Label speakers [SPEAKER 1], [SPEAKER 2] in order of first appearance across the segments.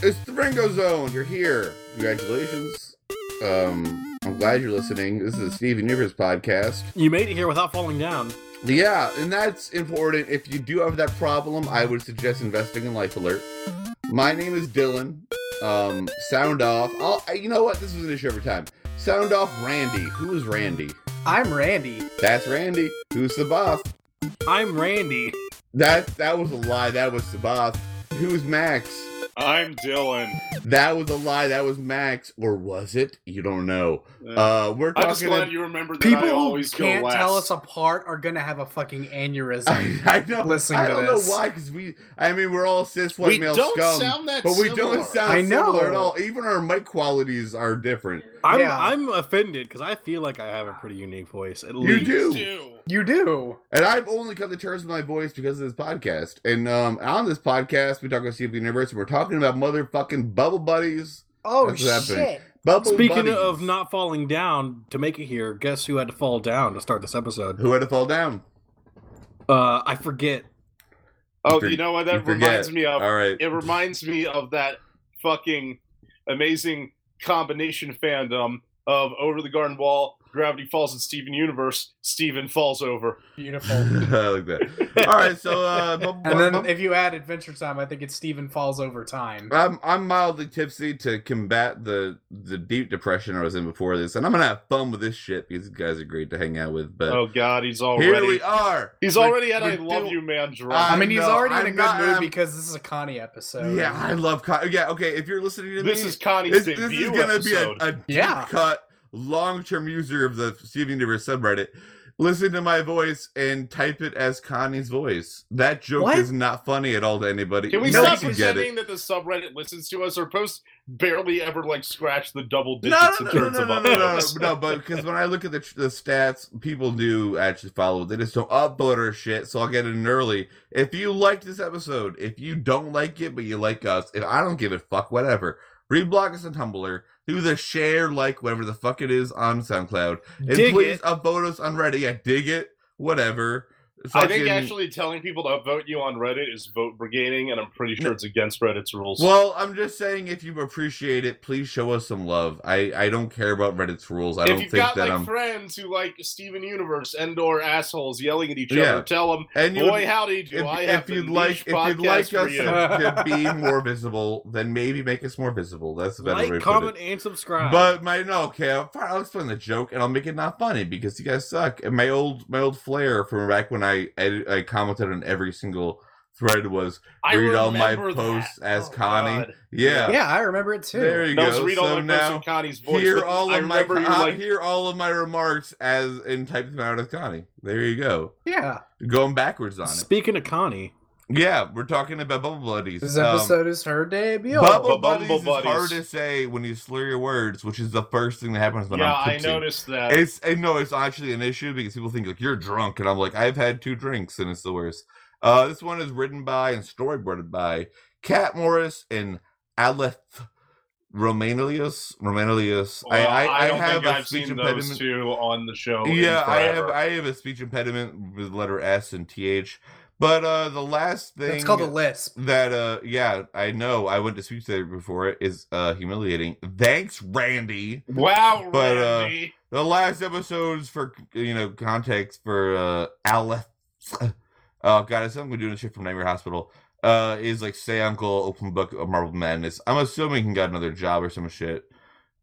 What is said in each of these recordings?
[SPEAKER 1] It's the Ringo Zone. You're here. Congratulations. Um, I'm glad you're listening. This is the Steven Universe podcast.
[SPEAKER 2] You made it here without falling down.
[SPEAKER 1] Yeah, and that's important. If you do have that problem, I would suggest investing in Life Alert. My name is Dylan. Um, sound off. I'll, I- you know what? This is an issue every time. Sound off, Randy. Who is Randy?
[SPEAKER 3] I'm Randy.
[SPEAKER 1] That's Randy. Who's the boss?
[SPEAKER 2] I'm Randy.
[SPEAKER 1] That that was a lie. That was the boss. Who's Max?
[SPEAKER 4] I'm Dylan.
[SPEAKER 1] That was a lie. That was Max, or was it? You don't know.
[SPEAKER 4] Uh,
[SPEAKER 1] Uh, we're
[SPEAKER 4] I'm just
[SPEAKER 1] talking.
[SPEAKER 4] glad you remembered that
[SPEAKER 3] People
[SPEAKER 4] I
[SPEAKER 3] who
[SPEAKER 4] always
[SPEAKER 3] can't
[SPEAKER 4] go last.
[SPEAKER 3] tell us apart are gonna have a fucking aneurysm.
[SPEAKER 1] I, I know.
[SPEAKER 3] Listening
[SPEAKER 1] I
[SPEAKER 3] to
[SPEAKER 1] don't
[SPEAKER 3] this.
[SPEAKER 1] know why, because we. I mean, we're all cis white male scum,
[SPEAKER 4] that
[SPEAKER 1] but we don't sound
[SPEAKER 3] I know.
[SPEAKER 1] similar at all. Even our mic qualities are different.
[SPEAKER 2] I'm
[SPEAKER 3] Yeah.
[SPEAKER 2] I'm offended because I feel like I have a pretty unique voice. At
[SPEAKER 1] You
[SPEAKER 2] least
[SPEAKER 1] do.
[SPEAKER 3] you do.
[SPEAKER 1] And I've only come to terms with my voice because of this podcast. And um, on this podcast, we talk about Steve Universe, and we're talking about motherfucking bubble buddies.
[SPEAKER 3] Oh
[SPEAKER 1] That's what
[SPEAKER 3] shit.
[SPEAKER 1] happened. Bubble
[SPEAKER 2] Speaking
[SPEAKER 1] buddies.
[SPEAKER 2] of not falling down, to make it here, guess who had to fall down to start this episode?
[SPEAKER 1] who had to fall down.
[SPEAKER 2] Uh, I forget.
[SPEAKER 4] Oh,
[SPEAKER 1] for-
[SPEAKER 4] you know what?
[SPEAKER 1] you
[SPEAKER 4] That
[SPEAKER 1] forget.
[SPEAKER 4] reminds me of.
[SPEAKER 1] All right.
[SPEAKER 4] It reminds me of that fucking amazing combination fandom of Over the Garden Wall, Gravity Falls, and Steven Universe. Steven falls over.
[SPEAKER 3] Beautiful.
[SPEAKER 1] I like that. All right, so uh, bu- bu-
[SPEAKER 3] And then
[SPEAKER 1] bu-
[SPEAKER 3] if you add Adventure Time, I think it's Steven Falls Over Time.
[SPEAKER 1] I'm I'm mildly tipsy to combat the the deep depression I was in before this, and I'm gonna have fun with this shit because you guys are great to hang out with. But
[SPEAKER 4] Oh God, he's
[SPEAKER 1] here
[SPEAKER 4] already.
[SPEAKER 1] we are.
[SPEAKER 4] He's
[SPEAKER 1] We're-
[SPEAKER 4] already at
[SPEAKER 1] we're
[SPEAKER 4] I love
[SPEAKER 1] doing-
[SPEAKER 4] you, man.
[SPEAKER 3] I
[SPEAKER 1] I
[SPEAKER 4] Drunk.
[SPEAKER 3] mean, he's
[SPEAKER 1] know,
[SPEAKER 3] already in a
[SPEAKER 1] I'm
[SPEAKER 3] good
[SPEAKER 1] not-
[SPEAKER 3] mood
[SPEAKER 1] I'm-
[SPEAKER 3] because this is a Connie episode.
[SPEAKER 1] Yeah, I love. Con- yeah, okay. If you're listening to
[SPEAKER 4] this
[SPEAKER 1] me,
[SPEAKER 4] is Connie's
[SPEAKER 1] this, this
[SPEAKER 4] debut
[SPEAKER 1] is gonna
[SPEAKER 4] episode.
[SPEAKER 1] be a, a
[SPEAKER 3] Yeah.
[SPEAKER 1] deep cut, long term user of the Steve Universe subreddit. Listen to my voice and type it as Connie's voice. That joke
[SPEAKER 3] What?
[SPEAKER 1] is not funny at all to anybody.
[SPEAKER 4] Can we
[SPEAKER 1] No,
[SPEAKER 4] stop
[SPEAKER 1] you get it.
[SPEAKER 4] pretending that the subreddit listens to us? Our posts barely ever like scratch the double
[SPEAKER 1] No, no,
[SPEAKER 4] digits in
[SPEAKER 1] no,
[SPEAKER 4] terms
[SPEAKER 1] no, no,
[SPEAKER 4] of
[SPEAKER 1] no, no,
[SPEAKER 4] upvotes.
[SPEAKER 1] no, but because when I look at the, tr- the stats, people do actually follow. They just don't upvote our shit, so I'll get in early. If you like this episode, if you don't like it, but you like us, if I don't give a fuck, whatever. Reblog us on Tumblr, do the share, like, whatever the fuck it is on SoundCloud, and
[SPEAKER 2] Dig
[SPEAKER 1] please
[SPEAKER 2] it.
[SPEAKER 1] upvote us on Reddit. Yeah, dig it, whatever.
[SPEAKER 4] I think
[SPEAKER 1] Fucking-
[SPEAKER 4] actually telling people to upvote you on Reddit is vote brigading, and I'm pretty sure it's against Reddit's rules.
[SPEAKER 1] Well, I'm just saying, if you appreciate it, please show us some love. I I don't care about Reddit's rules. I
[SPEAKER 4] if
[SPEAKER 1] don't
[SPEAKER 4] you've
[SPEAKER 1] think
[SPEAKER 4] got
[SPEAKER 1] that
[SPEAKER 4] like
[SPEAKER 1] I'm.
[SPEAKER 4] friends who like Steven Universe and or assholes yelling at each
[SPEAKER 1] Yeah.
[SPEAKER 4] other, tell them,
[SPEAKER 1] And you would-
[SPEAKER 4] boy, howdy, do
[SPEAKER 1] if,
[SPEAKER 4] I
[SPEAKER 1] if
[SPEAKER 4] have the
[SPEAKER 1] you'd
[SPEAKER 4] niche
[SPEAKER 1] like if you'd
[SPEAKER 4] podcast
[SPEAKER 1] like us
[SPEAKER 4] for you.
[SPEAKER 1] to to be more visible, then maybe make us more visible. That's the better way
[SPEAKER 2] Like,
[SPEAKER 1] to
[SPEAKER 2] comment,
[SPEAKER 1] put
[SPEAKER 2] and
[SPEAKER 1] it.
[SPEAKER 2] subscribe.
[SPEAKER 1] But my no, okay, I'll, fine, I'll explain the joke and I'll make it not funny because you guys suck. And my old my old flair from back when I edit, I commented on every single thread was
[SPEAKER 4] I
[SPEAKER 1] read all my
[SPEAKER 4] remember that.
[SPEAKER 1] posts as
[SPEAKER 4] Oh,
[SPEAKER 1] Connie.
[SPEAKER 4] God.
[SPEAKER 1] Yeah,
[SPEAKER 3] Yeah, I remember it too.
[SPEAKER 1] there you
[SPEAKER 4] That was
[SPEAKER 1] go.
[SPEAKER 4] read all
[SPEAKER 1] So
[SPEAKER 4] my posts in
[SPEAKER 1] now
[SPEAKER 4] Connie's voice.
[SPEAKER 1] hear
[SPEAKER 4] but
[SPEAKER 1] all
[SPEAKER 4] I
[SPEAKER 1] of my
[SPEAKER 4] remember you
[SPEAKER 1] uh,
[SPEAKER 4] like,
[SPEAKER 1] hear all of my remarks as and type them out as Connie. There you go.
[SPEAKER 3] yeah.
[SPEAKER 1] Going backwards on it.
[SPEAKER 2] Speaking of Connie,
[SPEAKER 1] Yeah, we're talking about bubble bloodies.
[SPEAKER 3] This
[SPEAKER 1] Um,
[SPEAKER 3] episode is her debut.
[SPEAKER 1] Bubble, buddies,
[SPEAKER 4] Bubble
[SPEAKER 1] is hard
[SPEAKER 4] buddies.
[SPEAKER 1] to say when you slur your words, which is the first thing that happens when
[SPEAKER 4] yeah,
[SPEAKER 1] I'm
[SPEAKER 4] I
[SPEAKER 1] tipsy.
[SPEAKER 4] noticed that.
[SPEAKER 1] It's and no, it's actually an issue because people think like you're drunk, and I'm like I've had two drinks, and it's the worst. Uh, this one is written by and storyboarded by Kat Morris and Aleph Romanelius. Romanelius.
[SPEAKER 4] Well,
[SPEAKER 1] I, I, I,
[SPEAKER 4] don't
[SPEAKER 1] have
[SPEAKER 4] think
[SPEAKER 1] a
[SPEAKER 4] I've
[SPEAKER 1] speech
[SPEAKER 4] seen
[SPEAKER 1] impediment.
[SPEAKER 4] those two on the show. in
[SPEAKER 1] Yeah, I have
[SPEAKER 4] forever.
[SPEAKER 1] I have a speech impediment with letter S and th. But uh, the last thing
[SPEAKER 3] It's called a lisp.
[SPEAKER 1] that uh yeah i know i went to speech therapy before it is uh humiliating thanks randy
[SPEAKER 4] Wow,
[SPEAKER 1] But, uh,
[SPEAKER 4] Randy.
[SPEAKER 1] the last episodes for you know context for uh alice oh god it's something we're doing shit from nightmare hospital uh is like say uncle open book of marble madness i'm assuming he got another job or some shit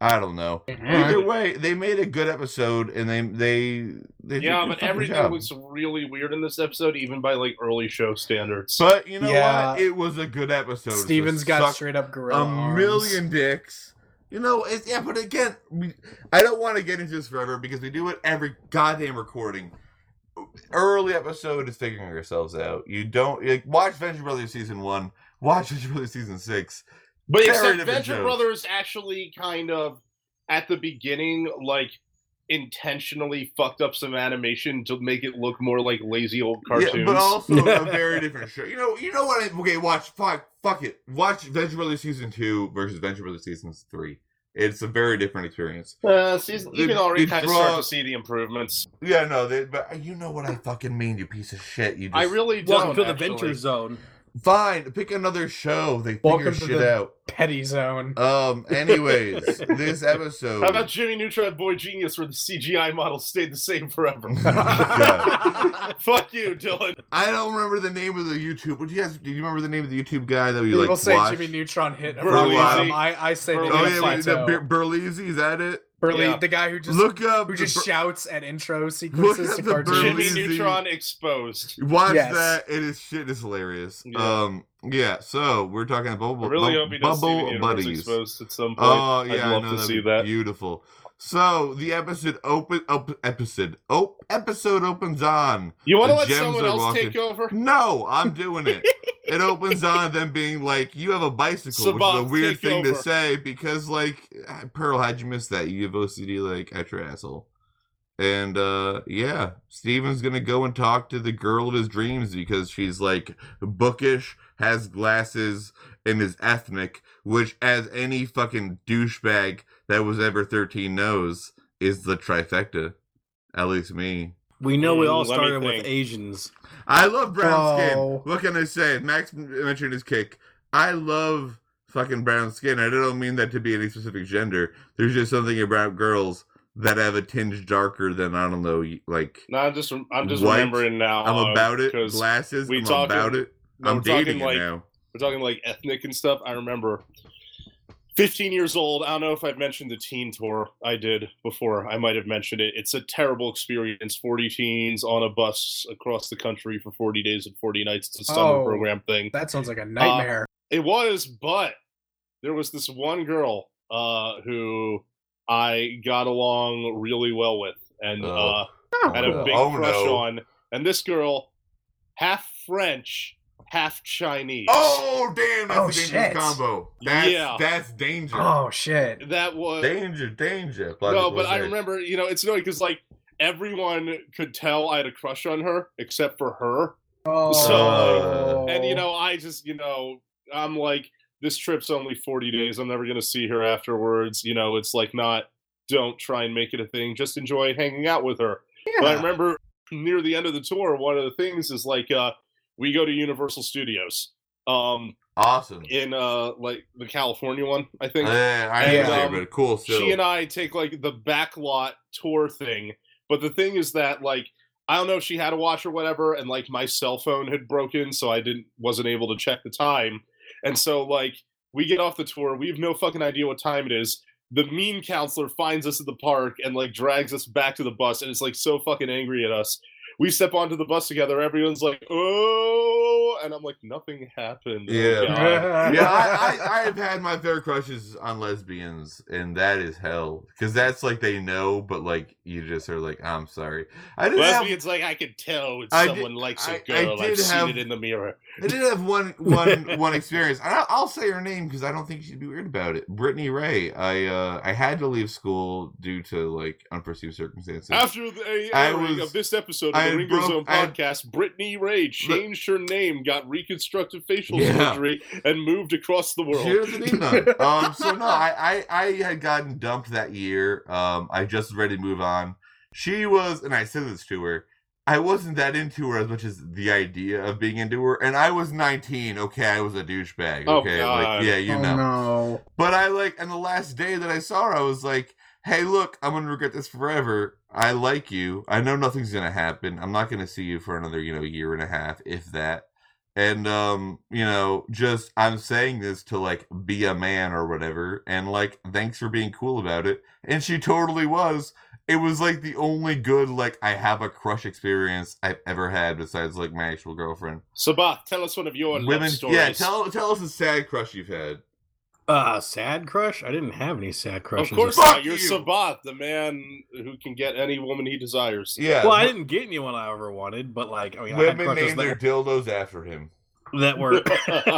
[SPEAKER 1] i don't know either way they made a good episode and they they, they did
[SPEAKER 4] yeah,
[SPEAKER 1] their
[SPEAKER 4] but
[SPEAKER 1] fucking
[SPEAKER 4] everything
[SPEAKER 1] job.
[SPEAKER 4] looks really weird in this episode, even by like early show standards.
[SPEAKER 1] but you know
[SPEAKER 3] Yeah.
[SPEAKER 1] what it was a good episode so
[SPEAKER 3] Steven's got
[SPEAKER 1] suck
[SPEAKER 3] straight up gorilla
[SPEAKER 1] a
[SPEAKER 3] arms.
[SPEAKER 1] million dicks. You know, it's, yeah, but again, we, I don't want to get into this forever because we do it every goddamn recording. Early episode is figuring ourselves out. You don't like, watch Venture Brothers season one, watch Venture Brothers season six.
[SPEAKER 4] but
[SPEAKER 1] very
[SPEAKER 4] except
[SPEAKER 1] different
[SPEAKER 4] Venture
[SPEAKER 1] shows.
[SPEAKER 4] Brothers actually kind of at the beginning, like intentionally fucked up some animation to make it look more like lazy old cartoons.
[SPEAKER 1] Yeah, but also a very different show. You know, you know what? I, okay, watch fuck, fuck it. Watch Venture Brothers season two versus Venture Brothers season three. It's a very different experience.
[SPEAKER 4] uh, season, you
[SPEAKER 1] They-
[SPEAKER 4] can already
[SPEAKER 1] they
[SPEAKER 4] kind of
[SPEAKER 1] draw-
[SPEAKER 4] start to see the improvements.
[SPEAKER 1] Yeah, no, they, but you know what I fucking mean, you piece of shit. You just,
[SPEAKER 4] I really don't.
[SPEAKER 2] welcome to the
[SPEAKER 4] actually.
[SPEAKER 2] Venture Zone.
[SPEAKER 1] Fine, pick another show. They figure
[SPEAKER 3] Welcome to
[SPEAKER 1] shit
[SPEAKER 3] the-
[SPEAKER 1] out.
[SPEAKER 3] Petty zone.
[SPEAKER 1] Um. Anyways, this episode.
[SPEAKER 4] How about Jimmy Neutron and Boy Genius, where the CGI model stayed the same forever?
[SPEAKER 1] God.
[SPEAKER 4] Fuck you, Dylan.
[SPEAKER 1] I don't remember the name of the YouTube. Would you guys? Do you remember the name of the YouTube guy that we
[SPEAKER 3] People
[SPEAKER 1] like?
[SPEAKER 3] say
[SPEAKER 1] watched?
[SPEAKER 3] Jimmy Neutron hit a
[SPEAKER 4] Burleigh.
[SPEAKER 3] rock bottom. I, I say they
[SPEAKER 4] Oh,
[SPEAKER 3] hit
[SPEAKER 1] Oh
[SPEAKER 3] a
[SPEAKER 1] yeah, wait,
[SPEAKER 3] plateau.
[SPEAKER 1] no, Bur- Burlezy. Is that it?
[SPEAKER 3] Burley,
[SPEAKER 4] Yeah.
[SPEAKER 3] the guy who just
[SPEAKER 1] Look up.
[SPEAKER 3] who just
[SPEAKER 1] Bur-
[SPEAKER 3] shouts at intro
[SPEAKER 1] at
[SPEAKER 3] sequences to
[SPEAKER 1] the
[SPEAKER 4] Jimmy
[SPEAKER 1] Burleigh-
[SPEAKER 3] cartoons.
[SPEAKER 4] Neutron exposed.
[SPEAKER 1] Watch
[SPEAKER 3] Yes.
[SPEAKER 1] that. It is shit. It's hilarious.
[SPEAKER 4] Yeah.
[SPEAKER 1] Um. Yeah. So we're talking about
[SPEAKER 4] I
[SPEAKER 1] bubble,
[SPEAKER 4] really
[SPEAKER 1] bub-
[SPEAKER 4] hope he does see the
[SPEAKER 1] bubble
[SPEAKER 4] universe
[SPEAKER 1] buddies.
[SPEAKER 4] exposed at some point.
[SPEAKER 1] Oh
[SPEAKER 4] I'd
[SPEAKER 1] yeah, I
[SPEAKER 4] love
[SPEAKER 1] know,
[SPEAKER 4] to
[SPEAKER 1] that'd
[SPEAKER 4] see
[SPEAKER 1] be
[SPEAKER 4] that.
[SPEAKER 1] Beautiful. So the episode open op- episode op- episode opens on.
[SPEAKER 4] You want to
[SPEAKER 1] The
[SPEAKER 4] let
[SPEAKER 1] gems
[SPEAKER 4] someone
[SPEAKER 1] are
[SPEAKER 4] else
[SPEAKER 1] walking.
[SPEAKER 4] take over?
[SPEAKER 1] No, I'm doing it. it opens on them being like, "You have a bicycle," which
[SPEAKER 4] Sabat,
[SPEAKER 1] is a weird
[SPEAKER 4] take
[SPEAKER 1] thing to
[SPEAKER 4] over.
[SPEAKER 1] say because, like, Pearl, how'd you miss that? You have OCD like at your asshole. And uh yeah, Steven's gonna go and talk to the girl of his dreams because she's like bookish, has glasses, and is ethnic, which, as any fucking douchebag that was ever thirteen knows, is the trifecta. At least me.
[SPEAKER 2] We know we all
[SPEAKER 4] Mm, Let me
[SPEAKER 2] started with
[SPEAKER 4] think.
[SPEAKER 2] Asians.
[SPEAKER 1] I love brown
[SPEAKER 3] Bro.
[SPEAKER 1] skin. What can I say? Max m- mentioned his kick. I love fucking brown skin. I don't mean that to be any specific gender. There's just something about girls that have a tinge darker than I don't know. y- Like
[SPEAKER 4] No, I'm just I'm just
[SPEAKER 1] White.
[SPEAKER 4] remembering now.
[SPEAKER 1] I'm
[SPEAKER 4] uh,
[SPEAKER 1] about it.
[SPEAKER 4] 'cause
[SPEAKER 1] Glasses.
[SPEAKER 4] we
[SPEAKER 1] I'm
[SPEAKER 4] talking-
[SPEAKER 1] about it.
[SPEAKER 4] no,
[SPEAKER 1] I'm
[SPEAKER 4] we're talking,
[SPEAKER 1] dating it
[SPEAKER 4] like,
[SPEAKER 1] now.
[SPEAKER 4] We're talking like ethnic and stuff. I remember 15 years old. I don't know if I've mentioned the teen tour. I did before. I might have mentioned it. It's a terrible experience. 40 teens on a bus across the country for 40 days and 40 nights. It's a summer
[SPEAKER 3] Oh.
[SPEAKER 4] program thing.
[SPEAKER 3] That sounds like a nightmare.
[SPEAKER 4] It was, but there was this one girl uh, who I got along really well with and
[SPEAKER 1] Oh.
[SPEAKER 4] uh,
[SPEAKER 1] Oh,
[SPEAKER 4] had a big
[SPEAKER 1] Oh,
[SPEAKER 4] crush
[SPEAKER 1] no.
[SPEAKER 4] on. And this girl, half French, half Chinese.
[SPEAKER 1] Oh damn! That's
[SPEAKER 3] Oh,
[SPEAKER 1] a dangerous
[SPEAKER 3] shit.
[SPEAKER 1] combo. That's
[SPEAKER 4] Yeah.
[SPEAKER 1] that's danger.
[SPEAKER 3] oh shit!
[SPEAKER 4] That was
[SPEAKER 1] Danger, danger.
[SPEAKER 4] no,
[SPEAKER 1] Logical
[SPEAKER 4] but I
[SPEAKER 1] danger.
[SPEAKER 4] remember, you know, it's annoying because like everyone could tell I had a crush on her except for her,
[SPEAKER 3] Oh,
[SPEAKER 1] So,
[SPEAKER 4] and you know, I just, you know, I'm like, this trip's only 40 days. I'm never gonna see her afterwards. You know, it's like not. Don't try and make it a thing. Just enjoy hanging out with her. But I remember near the end of the tour, one of the things is like uh, we go to Universal Studios um,
[SPEAKER 1] Awesome.
[SPEAKER 4] in uh, like the California one, I think.
[SPEAKER 1] Yeah, I
[SPEAKER 4] And,
[SPEAKER 1] understand,
[SPEAKER 4] um,
[SPEAKER 1] but cool. So
[SPEAKER 4] she and I take like the backlot tour thing. But the thing is that like I don't know if she had a watch or whatever, and like my cell phone had broken, so I didn't wasn't able to check the time. And so like we get off the tour, we have no fucking idea what time it is. The mean counselor finds us at the park and like drags us back to the bus and is like so fucking angry at us. We step onto the bus together, everyone's like, oh and I'm like, nothing happened. Oh,
[SPEAKER 1] Yeah.
[SPEAKER 4] God.
[SPEAKER 2] uh,
[SPEAKER 1] yeah, I, I, I've had my fair crushes on lesbians, and that is hell because that's like they know, but like you just are like, I'm sorry. I didn't have,
[SPEAKER 4] Lesbians like I can tell when
[SPEAKER 1] I did-
[SPEAKER 4] someone likes
[SPEAKER 1] I- I
[SPEAKER 4] a girl. I,
[SPEAKER 1] did
[SPEAKER 4] have seen
[SPEAKER 1] have-
[SPEAKER 4] it in the mirror.
[SPEAKER 1] I did have one, one, one experience. And I'll, I'll say her name because I don't think she'd be weird about it. Brittany Ray. I, uh, I had to leave school due to like unforeseen circumstances.
[SPEAKER 4] After the
[SPEAKER 1] I
[SPEAKER 4] airing
[SPEAKER 1] was-
[SPEAKER 4] of this episode
[SPEAKER 1] I
[SPEAKER 4] of the
[SPEAKER 1] had
[SPEAKER 4] Ringo
[SPEAKER 1] broke-
[SPEAKER 4] Zone
[SPEAKER 1] I had-
[SPEAKER 4] podcast, Brittany Ray changed her name, got reconstructive facial
[SPEAKER 1] Yeah.
[SPEAKER 4] surgery, and moved across the world.
[SPEAKER 1] She doesn't need none. um, so no, I, I I had gotten dumped that year. Um, I just was ready to move on. She was, and I said this to her. I wasn't that into her as much as the idea of being into her, and I was 19. Okay, I was a douchebag.
[SPEAKER 4] Oh,
[SPEAKER 1] Okay, like
[SPEAKER 4] God.
[SPEAKER 1] yeah, you
[SPEAKER 3] Oh,
[SPEAKER 1] know.
[SPEAKER 3] no.
[SPEAKER 1] But I like, and the last day that I saw her, I was like, "Hey, look, I'm gonna regret this forever. I like you. I know nothing's gonna happen. I'm not gonna see you for another, you know, year and a half, if that. And um, you know, just I'm saying this to like be a man or whatever, and like, thanks for being cool about it. And she totally was. It was like the only good like I have a crush experience I've ever had besides like my actual girlfriend.
[SPEAKER 4] Sabath, tell us one of your
[SPEAKER 1] Women,
[SPEAKER 4] love stories.
[SPEAKER 1] yeah. Tell tell us a sad crush you've had.
[SPEAKER 2] Uh, sad crush? I didn't have any sad
[SPEAKER 4] of
[SPEAKER 2] crushes.
[SPEAKER 4] course
[SPEAKER 1] Fuck
[SPEAKER 4] not. You're
[SPEAKER 1] you.
[SPEAKER 4] Sabath, the man who can get any woman he desires.
[SPEAKER 1] Yeah.
[SPEAKER 2] Well, I didn't get anyone I ever wanted, but like, I mean, I had
[SPEAKER 1] Women
[SPEAKER 2] crushes
[SPEAKER 1] named their
[SPEAKER 2] that,
[SPEAKER 1] dildos after him.
[SPEAKER 2] that were.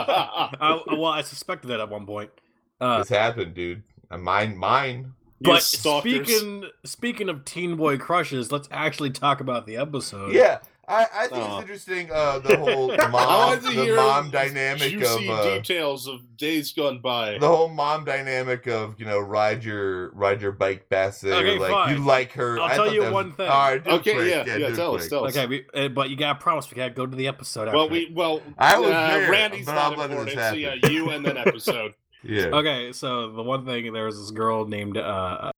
[SPEAKER 2] I, well, I suspected that at one point. Uh,
[SPEAKER 1] this happened, dude. Uh, Mine, mine.
[SPEAKER 4] You
[SPEAKER 2] but
[SPEAKER 4] stalkers.
[SPEAKER 2] speaking speaking of teen boy crushes, let's actually talk about the episode.
[SPEAKER 1] Yeah, I, I think
[SPEAKER 4] Oh. Aw.
[SPEAKER 1] it's interesting uh, the whole
[SPEAKER 4] I
[SPEAKER 1] mom,
[SPEAKER 4] wanted to
[SPEAKER 1] the
[SPEAKER 4] hear
[SPEAKER 1] mom dynamic
[SPEAKER 4] juicy
[SPEAKER 1] of uh,
[SPEAKER 4] details of days gone by.
[SPEAKER 1] the whole mom dynamic of you know ride your ride your bike Bassett
[SPEAKER 2] Okay,
[SPEAKER 1] or like
[SPEAKER 2] fine.
[SPEAKER 1] you like her.
[SPEAKER 2] I'll
[SPEAKER 1] I
[SPEAKER 2] tell
[SPEAKER 1] thought
[SPEAKER 2] you
[SPEAKER 1] that was-
[SPEAKER 2] one thing.
[SPEAKER 1] All right, do it
[SPEAKER 4] okay,
[SPEAKER 1] quick.
[SPEAKER 4] yeah, yeah,
[SPEAKER 1] do it
[SPEAKER 4] tell us,
[SPEAKER 1] quick.
[SPEAKER 4] tell us.
[SPEAKER 2] Okay, we, uh, but you gotta promise we gotta go to the episode. After
[SPEAKER 4] Well,
[SPEAKER 2] it.
[SPEAKER 4] we well,
[SPEAKER 1] I was
[SPEAKER 4] uh,
[SPEAKER 1] there,
[SPEAKER 4] Randy's
[SPEAKER 1] but
[SPEAKER 4] not
[SPEAKER 1] I'm letting this
[SPEAKER 4] important. So yeah, you and then episode.
[SPEAKER 1] Yeah.
[SPEAKER 2] Okay, so the one thing there was this girl named uh,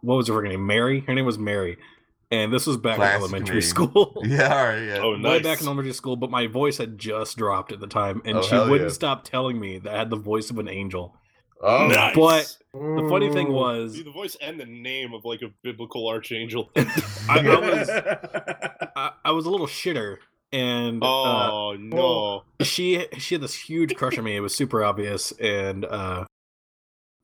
[SPEAKER 2] what was her freaking name? Mary. Her name was Mary, and this was back
[SPEAKER 1] Classic
[SPEAKER 2] in elementary
[SPEAKER 1] name.
[SPEAKER 2] school.
[SPEAKER 1] Yeah. All right. Yeah.
[SPEAKER 4] oh,
[SPEAKER 2] Way
[SPEAKER 4] nice.
[SPEAKER 2] back in elementary school, but my voice had just dropped at the time, and
[SPEAKER 1] Oh,
[SPEAKER 2] she
[SPEAKER 1] hell yeah.
[SPEAKER 2] wouldn't stop telling me that I had the voice of an angel.
[SPEAKER 1] Oh,
[SPEAKER 4] nice.
[SPEAKER 2] But- The funny thing
[SPEAKER 4] Oh.
[SPEAKER 3] Ooh.
[SPEAKER 2] was,
[SPEAKER 4] See, the voice and the name of like a biblical archangel.
[SPEAKER 2] I, I was I, I was a little shitter, and uh,
[SPEAKER 4] oh no!
[SPEAKER 2] she she had this huge crush on me. It was super obvious, and uh,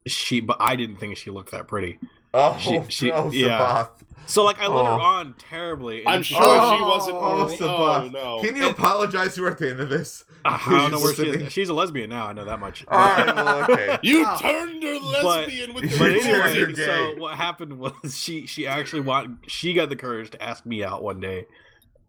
[SPEAKER 2] she but I didn't think she looked that pretty.
[SPEAKER 1] Oh,
[SPEAKER 2] She- she-
[SPEAKER 1] oh,
[SPEAKER 2] yeah.
[SPEAKER 1] Sabath.
[SPEAKER 2] So like I let
[SPEAKER 1] Oh.
[SPEAKER 2] her on terribly. and
[SPEAKER 4] I'm
[SPEAKER 2] then
[SPEAKER 4] sure
[SPEAKER 1] Oh,
[SPEAKER 4] she wasn't.
[SPEAKER 1] oh,
[SPEAKER 4] Oh,
[SPEAKER 1] Sabath.
[SPEAKER 4] no!
[SPEAKER 1] Can you apologize to her at the end of this?
[SPEAKER 2] I don't know where she
[SPEAKER 1] Sitting-
[SPEAKER 2] is. She's a lesbian now. I know that much.
[SPEAKER 1] All right. Well, okay.
[SPEAKER 4] You
[SPEAKER 3] Oh.
[SPEAKER 4] turned her
[SPEAKER 2] But-
[SPEAKER 4] lesbian with
[SPEAKER 1] but
[SPEAKER 2] but
[SPEAKER 4] your
[SPEAKER 1] You're
[SPEAKER 4] voice.
[SPEAKER 1] you're
[SPEAKER 2] anyway,
[SPEAKER 1] gay.
[SPEAKER 2] so what happened was she she actually want she got the courage to ask me out one day,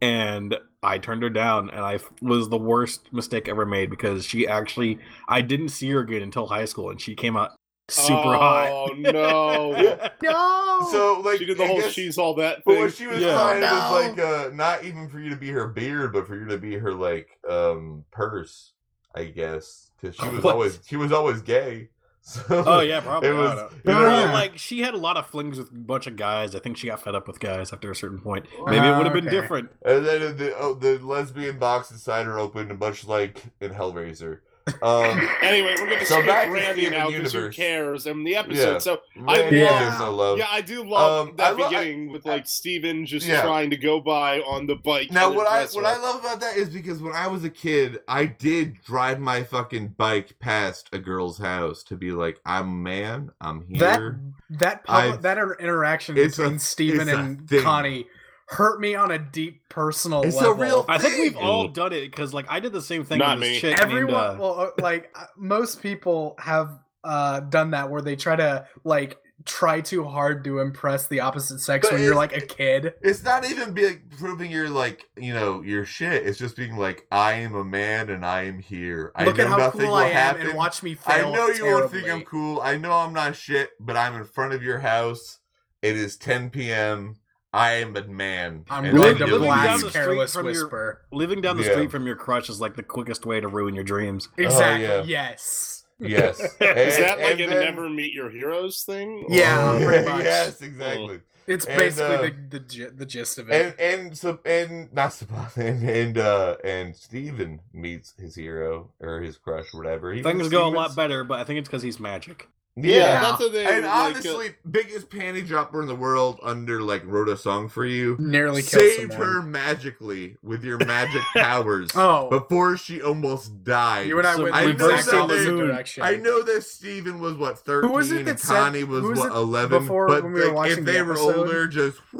[SPEAKER 2] and I turned her down, and I f- was the worst mistake ever made because she actually I didn't see her again until high school, and she came out super hot.
[SPEAKER 4] Oh no!
[SPEAKER 3] no.
[SPEAKER 1] So like
[SPEAKER 4] She did the
[SPEAKER 1] I
[SPEAKER 4] whole
[SPEAKER 1] guess-
[SPEAKER 4] she's all that
[SPEAKER 1] But
[SPEAKER 4] thing.
[SPEAKER 1] what she was
[SPEAKER 2] Yeah.
[SPEAKER 1] trying
[SPEAKER 3] No.
[SPEAKER 1] was like uh, not even for you to be her beard, but for you to be her like um purse, I guess. Because she was
[SPEAKER 2] What?
[SPEAKER 1] always she was always gay. So
[SPEAKER 2] Oh yeah, probably.
[SPEAKER 1] it
[SPEAKER 2] I don't
[SPEAKER 1] was.
[SPEAKER 2] know.
[SPEAKER 1] it was-
[SPEAKER 2] Well, like she had a lot of flings with a bunch of guys. I think she got fed up with guys after a certain point. Maybe it would have been
[SPEAKER 3] Okay.
[SPEAKER 2] different.
[SPEAKER 1] and then the oh, the lesbian box inside her opened, much like in Hellraiser. Um,
[SPEAKER 4] Anyway, we're going to
[SPEAKER 1] So
[SPEAKER 4] skip
[SPEAKER 1] back to
[SPEAKER 4] Randy
[SPEAKER 1] Steven
[SPEAKER 4] now because who
[SPEAKER 1] Universe.
[SPEAKER 4] cares? And the episode.
[SPEAKER 1] Yeah.
[SPEAKER 4] So
[SPEAKER 1] Rand
[SPEAKER 3] love-
[SPEAKER 1] Anderson, I love.
[SPEAKER 4] yeah, I do love
[SPEAKER 1] Um, I
[SPEAKER 4] that
[SPEAKER 1] lo- I-
[SPEAKER 4] beginning with like Steven just
[SPEAKER 1] Yeah.
[SPEAKER 4] trying to go by on the bike.
[SPEAKER 1] Now
[SPEAKER 4] and
[SPEAKER 1] what I
[SPEAKER 4] impress
[SPEAKER 1] what
[SPEAKER 4] her.
[SPEAKER 1] I love about that is because when I was a kid, I did drive my fucking bike past a girl's house to be like, I'm a man, I'm here.
[SPEAKER 3] that that
[SPEAKER 1] I-
[SPEAKER 3] pub- that inter- interaction
[SPEAKER 1] It's a-
[SPEAKER 3] between Steven
[SPEAKER 1] it's a
[SPEAKER 3] and
[SPEAKER 1] thing.
[SPEAKER 3] Connie hurt me on a deep personal
[SPEAKER 1] It's a
[SPEAKER 3] level.
[SPEAKER 1] real-
[SPEAKER 2] I think we've all
[SPEAKER 4] Ooh.
[SPEAKER 2] done it because like I did the same thing.
[SPEAKER 4] Not
[SPEAKER 2] with this
[SPEAKER 4] me.
[SPEAKER 2] Chick
[SPEAKER 3] everyone
[SPEAKER 2] named, uh,
[SPEAKER 3] well uh, like uh, most people have uh done that where they try to like try too hard to impress the opposite sex
[SPEAKER 1] But
[SPEAKER 3] when you're
[SPEAKER 1] it's-
[SPEAKER 3] like a kid
[SPEAKER 1] It's not even be like proving you're like you know your shit. It's just being like I am a man and I am here. I
[SPEAKER 3] look
[SPEAKER 1] know
[SPEAKER 3] at how
[SPEAKER 1] nothing
[SPEAKER 3] cool
[SPEAKER 1] will
[SPEAKER 3] i am
[SPEAKER 1] happen.
[SPEAKER 3] and watch me
[SPEAKER 1] I
[SPEAKER 3] fail
[SPEAKER 1] know you won't think I'm
[SPEAKER 3] terribly.
[SPEAKER 1] cool. I know I'm not shit, but I'm in front of your house. It is 10 p.m. I am a man.
[SPEAKER 3] i'm
[SPEAKER 1] and
[SPEAKER 3] going
[SPEAKER 1] I
[SPEAKER 3] to
[SPEAKER 1] know
[SPEAKER 2] living down
[SPEAKER 3] blast
[SPEAKER 1] you.
[SPEAKER 2] the street
[SPEAKER 3] careless
[SPEAKER 2] from your-
[SPEAKER 3] whisper
[SPEAKER 2] living down the
[SPEAKER 1] Yeah.
[SPEAKER 2] street from your crush is like the quickest way to ruin your dreams.
[SPEAKER 3] exactly
[SPEAKER 1] Oh, yeah.
[SPEAKER 3] yes
[SPEAKER 1] Yes.
[SPEAKER 4] Is
[SPEAKER 1] And-
[SPEAKER 4] that like Oh.
[SPEAKER 1] and
[SPEAKER 4] a
[SPEAKER 1] then-
[SPEAKER 4] never meet your heroes thing?
[SPEAKER 3] Yeah,
[SPEAKER 4] Or-
[SPEAKER 3] pretty much.
[SPEAKER 1] yes, exactly.
[SPEAKER 4] Oh,
[SPEAKER 3] it's
[SPEAKER 1] And,
[SPEAKER 3] basically
[SPEAKER 1] uh,
[SPEAKER 3] the, the gi- the gist of
[SPEAKER 1] and
[SPEAKER 3] it
[SPEAKER 1] and so and not Sabath and and uh and Steven meets his hero or his crush or whatever. He
[SPEAKER 2] Things
[SPEAKER 1] meets
[SPEAKER 2] go a
[SPEAKER 1] Steven's-
[SPEAKER 2] lot better, but I think it's because he's magic.
[SPEAKER 1] Yeah.
[SPEAKER 4] Yeah, that's the thing.
[SPEAKER 1] And
[SPEAKER 4] like, uh,
[SPEAKER 1] honestly, biggest panty dropper in the world under like wrote a song for you.
[SPEAKER 3] nearly killed
[SPEAKER 1] Saved
[SPEAKER 3] someone
[SPEAKER 1] her magically with your magic powers
[SPEAKER 3] oh
[SPEAKER 1] before she almost died.
[SPEAKER 3] you and i
[SPEAKER 2] So
[SPEAKER 3] went
[SPEAKER 1] I
[SPEAKER 3] the
[SPEAKER 1] know
[SPEAKER 3] exact
[SPEAKER 1] that
[SPEAKER 3] opposite
[SPEAKER 2] they-
[SPEAKER 3] direction
[SPEAKER 1] I know that Steven was what thirteen,
[SPEAKER 3] was it
[SPEAKER 1] and
[SPEAKER 3] that said-
[SPEAKER 1] Connie was
[SPEAKER 3] who was
[SPEAKER 1] what
[SPEAKER 3] it
[SPEAKER 1] eleven.
[SPEAKER 3] before
[SPEAKER 1] but
[SPEAKER 3] when we were
[SPEAKER 1] like,
[SPEAKER 3] watching
[SPEAKER 1] if
[SPEAKER 3] the
[SPEAKER 1] they were
[SPEAKER 3] episode?
[SPEAKER 1] older, just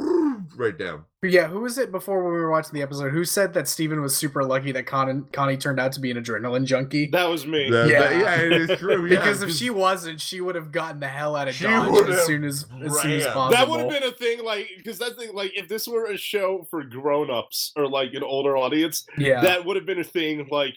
[SPEAKER 1] right down.
[SPEAKER 3] Yeah, who was it before when we were watching the episode? Who said that Steven was super lucky that Con- Connie turned out to be an adrenaline junkie?
[SPEAKER 4] that was me.
[SPEAKER 1] That-
[SPEAKER 3] Yeah.
[SPEAKER 1] that- yeah, it is true. yeah,
[SPEAKER 3] because if she wasn't, she would have gotten the hell out of
[SPEAKER 1] She
[SPEAKER 3] Dodge
[SPEAKER 1] would've
[SPEAKER 3] as soon as as soon as
[SPEAKER 1] ran.
[SPEAKER 3] possible.
[SPEAKER 4] that would have been a thing, like because that thing, like if this were a show for grown-ups or like an older audience,
[SPEAKER 3] yeah.
[SPEAKER 4] that would have been a thing. Like,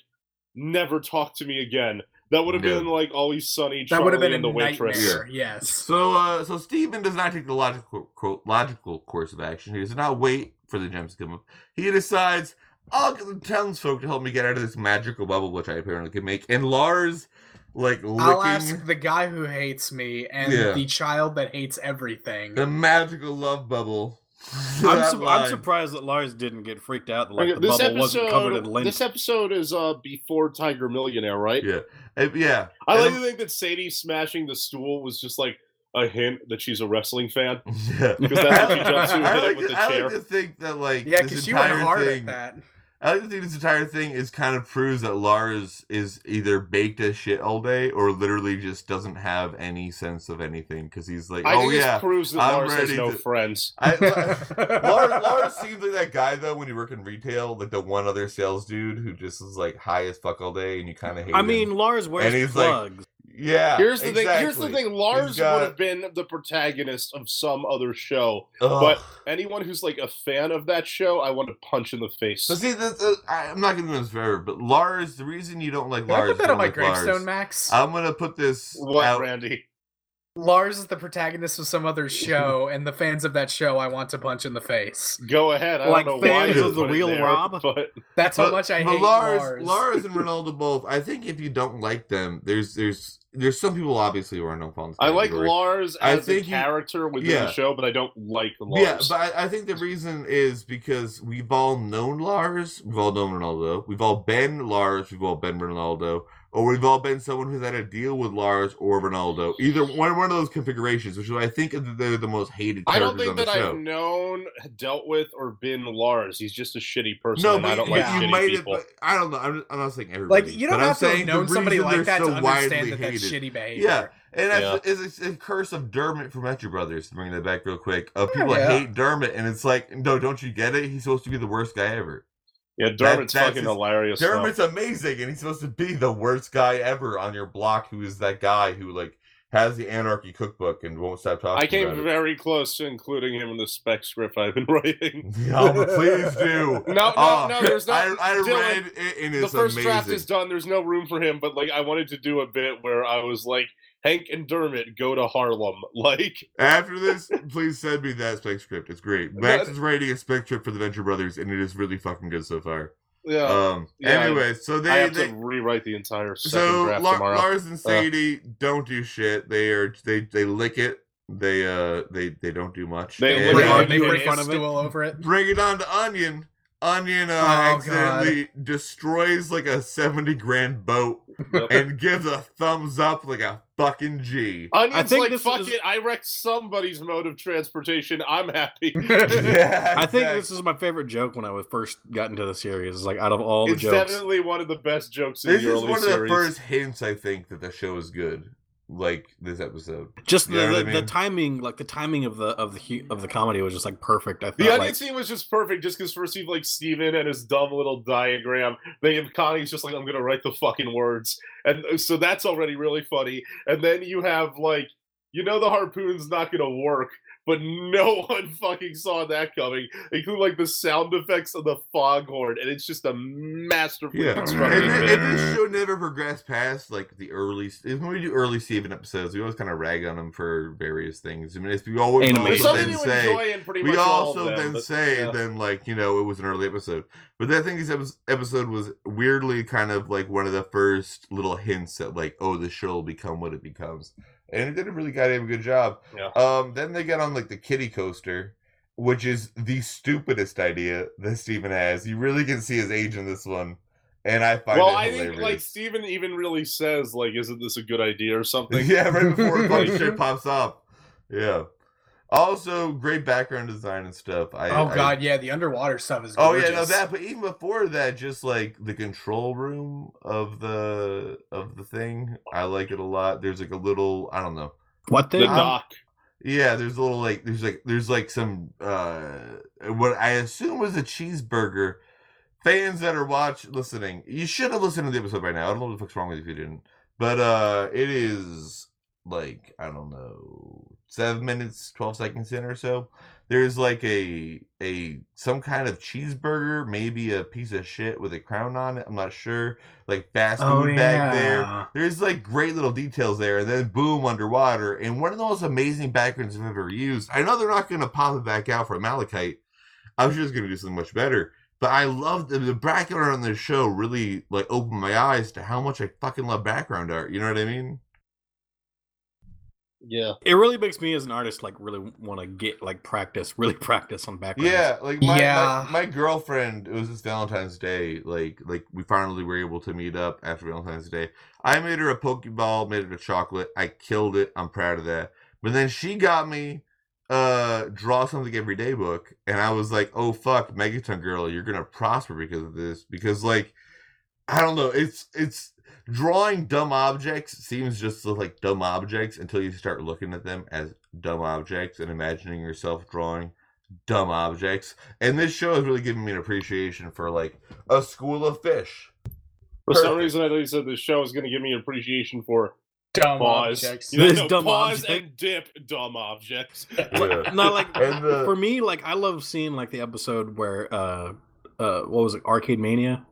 [SPEAKER 4] never talk to me again. That would have
[SPEAKER 1] Yeah.
[SPEAKER 4] been like always sunny.
[SPEAKER 3] that would have been
[SPEAKER 4] Charlie
[SPEAKER 3] a
[SPEAKER 4] and the waitress.
[SPEAKER 3] nightmare. Yes.
[SPEAKER 1] So, uh, so Stephen does not take the logical co- logical course of action. He does not wait for the gems to come up. He decides, I'll get the townsfolk to help me get out of this magical bubble, which I apparently can make. And Lars, like
[SPEAKER 3] I'll
[SPEAKER 1] licking
[SPEAKER 3] ask the guy who hates me and
[SPEAKER 1] Yeah.
[SPEAKER 3] the child that hates everything.
[SPEAKER 1] the magical love bubble.
[SPEAKER 2] I'm,
[SPEAKER 1] That
[SPEAKER 2] su- I'm
[SPEAKER 1] line.
[SPEAKER 2] surprised that Lars didn't get freaked out that like
[SPEAKER 4] Okay,
[SPEAKER 2] the
[SPEAKER 4] this
[SPEAKER 2] bubble
[SPEAKER 4] episode,
[SPEAKER 2] wasn't covered in lint.
[SPEAKER 4] This episode is uh before Tiger Millionaire, right?
[SPEAKER 1] Yeah, Uh, yeah.
[SPEAKER 4] I like
[SPEAKER 1] And-
[SPEAKER 4] to think that Sadie smashing the stool was just like a hint that she's a wrestling fan.
[SPEAKER 1] Yeah.
[SPEAKER 4] Because that's what she jumps to and
[SPEAKER 1] I
[SPEAKER 4] hit it
[SPEAKER 1] like,
[SPEAKER 4] with
[SPEAKER 1] to,
[SPEAKER 4] the
[SPEAKER 1] I
[SPEAKER 4] chair.
[SPEAKER 1] like to think that like
[SPEAKER 3] yeah,
[SPEAKER 1] this
[SPEAKER 3] because she went
[SPEAKER 1] entire
[SPEAKER 3] hard
[SPEAKER 1] thing,
[SPEAKER 3] at that.
[SPEAKER 1] I like to think this entire thing is kind of proves that Lars is either baked as shit all day or literally just doesn't have any sense of anything because he's like,
[SPEAKER 4] I
[SPEAKER 1] oh
[SPEAKER 4] think
[SPEAKER 1] yeah.
[SPEAKER 4] this proves that
[SPEAKER 1] I'm
[SPEAKER 4] Lars has
[SPEAKER 1] ready
[SPEAKER 4] no
[SPEAKER 1] to-
[SPEAKER 4] friends.
[SPEAKER 1] I, Lars, Lars seems like that guy though when you work in retail, like the one other sales dude who just is like high as fuck all day and you kind of hate.
[SPEAKER 2] I
[SPEAKER 1] him.
[SPEAKER 2] mean, Lars wears
[SPEAKER 1] And he's like-
[SPEAKER 2] plugs.
[SPEAKER 1] Yeah.
[SPEAKER 4] Here's the thing. Here's the
[SPEAKER 1] exactly.
[SPEAKER 4] thing. Lars
[SPEAKER 1] got-
[SPEAKER 4] would have been the protagonist of some other show.
[SPEAKER 1] Ugh.
[SPEAKER 4] but- Anyone who's like a fan of that show, I want to punch in the face.
[SPEAKER 1] So see, this, uh, I, I'm not gonna do this forever, but Lars, the reason you don't like
[SPEAKER 3] Can I
[SPEAKER 1] Lars,
[SPEAKER 3] put that
[SPEAKER 1] you
[SPEAKER 3] on my
[SPEAKER 1] don't like
[SPEAKER 3] gravestone,
[SPEAKER 1] Lars.
[SPEAKER 3] Max?
[SPEAKER 1] I'm gonna put this
[SPEAKER 4] What,
[SPEAKER 1] out.
[SPEAKER 4] Randy?
[SPEAKER 3] Lars is the protagonist of some other show, and the fans of that show I want to punch in the face.
[SPEAKER 4] Go ahead. I
[SPEAKER 2] Like
[SPEAKER 4] don't know
[SPEAKER 2] fans
[SPEAKER 4] why you
[SPEAKER 1] of
[SPEAKER 2] the
[SPEAKER 4] put it
[SPEAKER 2] real
[SPEAKER 4] there,
[SPEAKER 2] Rob?
[SPEAKER 4] But
[SPEAKER 3] That's how much I hate
[SPEAKER 1] Lars,
[SPEAKER 3] Lars.
[SPEAKER 1] Lars and Ronaldo both. I think if you don't like them, there's there's there's some people obviously who are no fun.
[SPEAKER 4] I like Lars
[SPEAKER 1] I
[SPEAKER 4] as a
[SPEAKER 1] think you-
[SPEAKER 4] character within
[SPEAKER 1] yeah.
[SPEAKER 4] the show, but I don't like Lars.
[SPEAKER 1] Yeah, but I, I think the reason is because we've all known Lars, we've all known Ronaldo, we've all been Lars, we've all been Ronaldo, or we've all been someone who's had a deal with Lars or Ronaldo. Either one, one of those configurations, which is why I think that they're the most hated
[SPEAKER 4] I
[SPEAKER 1] characters
[SPEAKER 4] don't think
[SPEAKER 1] on the
[SPEAKER 4] that
[SPEAKER 1] show.
[SPEAKER 4] I've known, dealt with, or been Lars. He's just a shitty person.
[SPEAKER 1] No,
[SPEAKER 4] and
[SPEAKER 1] but
[SPEAKER 4] I don't
[SPEAKER 1] you,
[SPEAKER 4] like
[SPEAKER 1] you
[SPEAKER 4] shitty
[SPEAKER 1] might have.
[SPEAKER 4] people.
[SPEAKER 1] But I don't know. I'm, I'm not saying everybody.
[SPEAKER 3] like you don't
[SPEAKER 1] but I'm
[SPEAKER 3] have to
[SPEAKER 1] saying
[SPEAKER 3] have
[SPEAKER 1] the
[SPEAKER 3] known somebody
[SPEAKER 1] reason
[SPEAKER 3] like
[SPEAKER 1] they're
[SPEAKER 3] that to
[SPEAKER 1] so
[SPEAKER 3] understand
[SPEAKER 1] widely
[SPEAKER 3] that that's
[SPEAKER 1] hated.
[SPEAKER 3] shitty behavior.
[SPEAKER 1] Yeah, and that's it's, it's a curse of Dermot from Metro Brothers. To bring that back real quick, of
[SPEAKER 4] Oh,
[SPEAKER 1] people
[SPEAKER 3] Yeah.
[SPEAKER 1] hate Dermot, and it's like, no, don't you get it? He's supposed to be the worst guy ever.
[SPEAKER 4] yeah, Dermot's
[SPEAKER 1] that's
[SPEAKER 4] fucking
[SPEAKER 1] his-
[SPEAKER 4] hilarious. though.
[SPEAKER 1] Dermot's amazing, and he's supposed to be the worst guy ever on your block. Who is that guy who like has the Anarchy Cookbook and won't stop talking?
[SPEAKER 4] I came
[SPEAKER 1] About it.
[SPEAKER 4] very close to including him in the spec script I've been writing.
[SPEAKER 1] No, please do.
[SPEAKER 4] No, no,
[SPEAKER 1] Oh,
[SPEAKER 4] no. There's
[SPEAKER 1] I,
[SPEAKER 4] not.
[SPEAKER 1] I
[SPEAKER 4] Dylan,
[SPEAKER 1] read it, and
[SPEAKER 4] the
[SPEAKER 1] it's
[SPEAKER 4] first
[SPEAKER 1] amazing.
[SPEAKER 4] draft is done. There's no room for him. But like, I wanted to do a bit where I was like, Hank and Dermot go to Harlem. Like,
[SPEAKER 1] After this, please send me that spec script. It's great. Max is writing a spec script for the Venture Brothers, and it is really fucking good so far.
[SPEAKER 4] yeah.
[SPEAKER 1] Um.
[SPEAKER 4] yeah,
[SPEAKER 1] anyway, so
[SPEAKER 4] I
[SPEAKER 1] they
[SPEAKER 4] have
[SPEAKER 1] they
[SPEAKER 4] to rewrite the entire second
[SPEAKER 1] so
[SPEAKER 4] draft
[SPEAKER 1] Lar-
[SPEAKER 4] tomorrow. Uh.
[SPEAKER 1] Lars and Sadie don't do shit. They are they they lick it. They uh they they don't do much.
[SPEAKER 4] They
[SPEAKER 1] And,
[SPEAKER 3] They
[SPEAKER 4] lick
[SPEAKER 1] uh,
[SPEAKER 4] it.
[SPEAKER 2] Onion
[SPEAKER 3] break- they
[SPEAKER 2] in
[SPEAKER 3] break
[SPEAKER 2] front
[SPEAKER 3] a
[SPEAKER 2] of it.
[SPEAKER 3] stool over it.
[SPEAKER 1] Bring it on to Onion. Onion uh,
[SPEAKER 4] Oh,
[SPEAKER 3] God.
[SPEAKER 1] accidentally destroys like a seventy grand boat
[SPEAKER 4] Yep.
[SPEAKER 1] and gives a thumbs up like a fucking G.
[SPEAKER 4] Onion's
[SPEAKER 2] I think
[SPEAKER 4] like,
[SPEAKER 2] this
[SPEAKER 4] fuck
[SPEAKER 2] is-
[SPEAKER 4] it, I wrecked somebody's mode of transportation. I'm happy.
[SPEAKER 1] Yeah,
[SPEAKER 2] I think
[SPEAKER 1] exactly.
[SPEAKER 2] this is my favorite joke when I was first got into the series. It's like out of all the
[SPEAKER 4] it's
[SPEAKER 2] jokes,
[SPEAKER 4] definitely one of the best jokes in
[SPEAKER 1] this
[SPEAKER 4] the
[SPEAKER 1] is
[SPEAKER 4] early
[SPEAKER 1] one of the
[SPEAKER 4] series.
[SPEAKER 1] first hints I think that the show is good. Like this episode.
[SPEAKER 2] just
[SPEAKER 1] You
[SPEAKER 2] the,
[SPEAKER 1] know what I
[SPEAKER 2] the,
[SPEAKER 1] mean?
[SPEAKER 2] the timing, like the timing of the of the hu- of the comedy was just like perfect. I
[SPEAKER 4] The
[SPEAKER 2] felt
[SPEAKER 4] onion
[SPEAKER 2] like
[SPEAKER 4] scene was just perfect, just because first you have like Steven and his dumb little diagram. They have Connie's just like, I'm gonna write the fucking words, and uh, so that's already really funny. And then you have like, you know, the harpoon's not gonna work, but no one fucking saw that coming, including like the sound effects of the foghorn, and it's just a masterful
[SPEAKER 1] Yeah, and,
[SPEAKER 4] constructed
[SPEAKER 1] thi-
[SPEAKER 4] bit.
[SPEAKER 1] and this show never progressed past like the early. When we do early Steven episodes, we always kind of rag on him for various things. I mean, it's, we always also
[SPEAKER 2] Animation.
[SPEAKER 4] There's something
[SPEAKER 1] then
[SPEAKER 4] you
[SPEAKER 1] say,
[SPEAKER 4] enjoy in pretty
[SPEAKER 1] we
[SPEAKER 4] much all of
[SPEAKER 1] also
[SPEAKER 4] them,
[SPEAKER 1] then
[SPEAKER 4] but-
[SPEAKER 1] say
[SPEAKER 4] yeah.
[SPEAKER 1] then like you know it was an early episode, but I think this epi- episode was weirdly kind of like one of the first little hints at like oh the show will become what it becomes, and it did a really goddamn good job.
[SPEAKER 4] Yeah.
[SPEAKER 1] Um, then they get on like the kitty coaster. Which is the stupidest idea that Steven has. You really can see his age in this one. And I find
[SPEAKER 4] Well,
[SPEAKER 1] it
[SPEAKER 4] I
[SPEAKER 1] hilarious.
[SPEAKER 4] think like Steven even really says like, "Isn't this a good idea?" or something.
[SPEAKER 1] yeah, right before like shit pops up. Yeah. Also, great background design and stuff. I,
[SPEAKER 3] Oh
[SPEAKER 1] I-
[SPEAKER 3] god, yeah, the underwater stuff is.
[SPEAKER 1] oh
[SPEAKER 3] Gorgeous.
[SPEAKER 1] yeah, no that. But even before that, just like the control room of the of the thing, I like it a lot. There's like a little, I don't know.
[SPEAKER 2] what
[SPEAKER 4] The
[SPEAKER 2] they
[SPEAKER 1] Um,
[SPEAKER 4] doc.
[SPEAKER 1] Yeah, there's a little like there's like there's like some uh what I assume was a cheeseburger. Fans that are watch listening, you should have listened to the episode by now. I don't know what the fuck's wrong with you if you didn't. But uh it is like, I don't know, seven minutes, twelve seconds in or so. There's like a a some kind of cheeseburger, maybe a piece of shit with a crown on it, I'm not sure. Like fast
[SPEAKER 3] Oh,
[SPEAKER 1] food back there.
[SPEAKER 3] yeah.
[SPEAKER 1] There's like great little details there, and then boom, underwater, and one of the most amazing backgrounds I've ever used. I know they're not going to pop it back out for Malachite. I was just going to do something much better, but I love the, the background on this show. Really, like, opened my eyes to how much I fucking love background art. You know what I mean?
[SPEAKER 4] Yeah.
[SPEAKER 2] it really makes me as an artist like really want to get like practice, really practice on backgrounds.
[SPEAKER 1] Yeah, like my,
[SPEAKER 3] Yeah.
[SPEAKER 1] my my girlfriend. It was this Valentine's Day. Like like we finally were able to meet up after Valentine's Day. I made her a pokeball, made it a chocolate. I killed it. I'm proud of that. But then she got me uh draw something every day book, and I was like, oh fuck, Megaton girl, you're gonna prosper because of this. Because like I don't know, it's it's drawing dumb objects seems just like dumb objects until you start looking at them as dumb objects and imagining yourself drawing dumb objects. And this show has really given me an appreciation for like a school of fish.
[SPEAKER 4] For some
[SPEAKER 1] Perfect.
[SPEAKER 4] reason, I thought you said the show was going to give me an appreciation for
[SPEAKER 3] dumb
[SPEAKER 4] Pause.
[SPEAKER 3] objects.
[SPEAKER 4] You
[SPEAKER 2] This
[SPEAKER 4] know,
[SPEAKER 2] dumb
[SPEAKER 4] pause
[SPEAKER 2] object.
[SPEAKER 4] and dip, dumb objects.
[SPEAKER 1] Yeah.
[SPEAKER 2] Not like
[SPEAKER 1] And the-
[SPEAKER 2] for me, like I love seeing like the episode where uh uh what was it, Arcade Mania?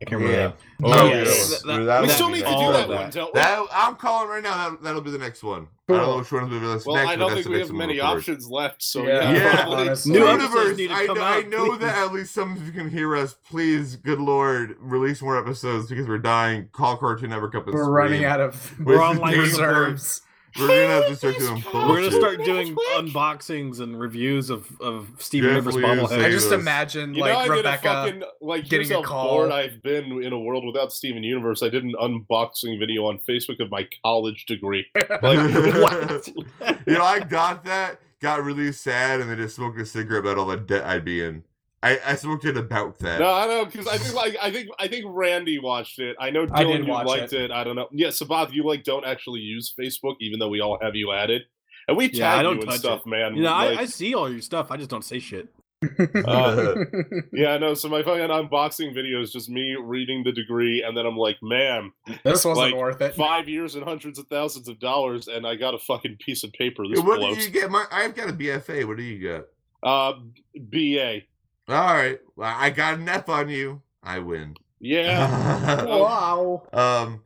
[SPEAKER 2] I can't remember.
[SPEAKER 1] Yeah.
[SPEAKER 2] that.
[SPEAKER 1] Oh,
[SPEAKER 3] Yes.
[SPEAKER 1] yeah.
[SPEAKER 2] That-
[SPEAKER 1] That
[SPEAKER 4] we
[SPEAKER 1] would
[SPEAKER 4] still
[SPEAKER 1] be
[SPEAKER 4] need to
[SPEAKER 1] nice.
[SPEAKER 4] do
[SPEAKER 2] All
[SPEAKER 4] that
[SPEAKER 2] of
[SPEAKER 4] one,
[SPEAKER 2] that.
[SPEAKER 4] don't we?
[SPEAKER 1] That I'm calling right now. That, that'll be the next one. I don't know
[SPEAKER 3] Cool.
[SPEAKER 1] which one will be the next.
[SPEAKER 4] well,
[SPEAKER 1] next,
[SPEAKER 4] I
[SPEAKER 1] but
[SPEAKER 4] don't
[SPEAKER 1] that's
[SPEAKER 4] think
[SPEAKER 1] the
[SPEAKER 4] we
[SPEAKER 1] next
[SPEAKER 4] have
[SPEAKER 1] one
[SPEAKER 4] many
[SPEAKER 1] we'll cover.
[SPEAKER 4] options left. So
[SPEAKER 3] Yeah.
[SPEAKER 4] yeah,
[SPEAKER 1] Yeah.
[SPEAKER 4] probably-
[SPEAKER 3] Honestly.
[SPEAKER 2] New
[SPEAKER 3] Well,
[SPEAKER 2] episodes
[SPEAKER 1] Universe,
[SPEAKER 2] need
[SPEAKER 1] I,
[SPEAKER 2] to come
[SPEAKER 1] know-
[SPEAKER 2] out.
[SPEAKER 1] I know
[SPEAKER 2] please.
[SPEAKER 1] that at least some of you can hear us. Please, good lord, release more episodes because we're dying. Call Cartoon Network up and
[SPEAKER 3] We're
[SPEAKER 1] scream.
[SPEAKER 3] running out of
[SPEAKER 1] We're
[SPEAKER 2] We're online
[SPEAKER 1] doing-
[SPEAKER 3] reserves.
[SPEAKER 1] We're gonna have to start doing
[SPEAKER 4] Please,
[SPEAKER 1] bullshit.
[SPEAKER 2] We're gonna start
[SPEAKER 4] Network.
[SPEAKER 2] doing unboxings and reviews of of Steven
[SPEAKER 1] Yeah,
[SPEAKER 2] Universe
[SPEAKER 1] please.
[SPEAKER 3] I
[SPEAKER 2] bobbleheads.
[SPEAKER 1] Hey,
[SPEAKER 3] just
[SPEAKER 1] Lewis.
[SPEAKER 3] imagine
[SPEAKER 4] You know,
[SPEAKER 3] like
[SPEAKER 4] I did a
[SPEAKER 3] Rebecca.
[SPEAKER 4] fucking like
[SPEAKER 3] getting
[SPEAKER 4] getting
[SPEAKER 3] a
[SPEAKER 4] a
[SPEAKER 3] call.
[SPEAKER 4] Bored I've been in a world without Steven Universe. I did an unboxing video on Facebook of my college degree. Like, what?
[SPEAKER 1] You know, I got that, got really sad, and then just smoked a cigarette about all the debt I'd be in. I, I smoked it about that.
[SPEAKER 4] No, I don't because I think like I think I think Randy watched it. I know
[SPEAKER 3] I
[SPEAKER 4] Dylan
[SPEAKER 3] did
[SPEAKER 4] you
[SPEAKER 3] watch
[SPEAKER 4] liked it. I don't know. Yeah, Sabath, you like don't actually use Facebook, even though we all have you added. And we tag
[SPEAKER 2] Yeah, I don't
[SPEAKER 4] you and
[SPEAKER 2] touch
[SPEAKER 4] stuff, man.
[SPEAKER 2] You know,
[SPEAKER 4] Like,
[SPEAKER 2] I, I see all your stuff. I just don't say shit.
[SPEAKER 4] Uh, yeah, no. So my fucking unboxing video is just me reading the degree, and then I'm like, man,
[SPEAKER 3] this wasn't
[SPEAKER 4] like,
[SPEAKER 3] worth it.
[SPEAKER 4] five years and hundreds of thousands of dollars, and I got a fucking piece of paper. This
[SPEAKER 1] what
[SPEAKER 4] blows.
[SPEAKER 1] did you get? Mark? I've got a BFA. What do you got?
[SPEAKER 4] Uh, BA.
[SPEAKER 1] All right, well, I got an F on you. I win.
[SPEAKER 4] Yeah.
[SPEAKER 3] wow.
[SPEAKER 1] um,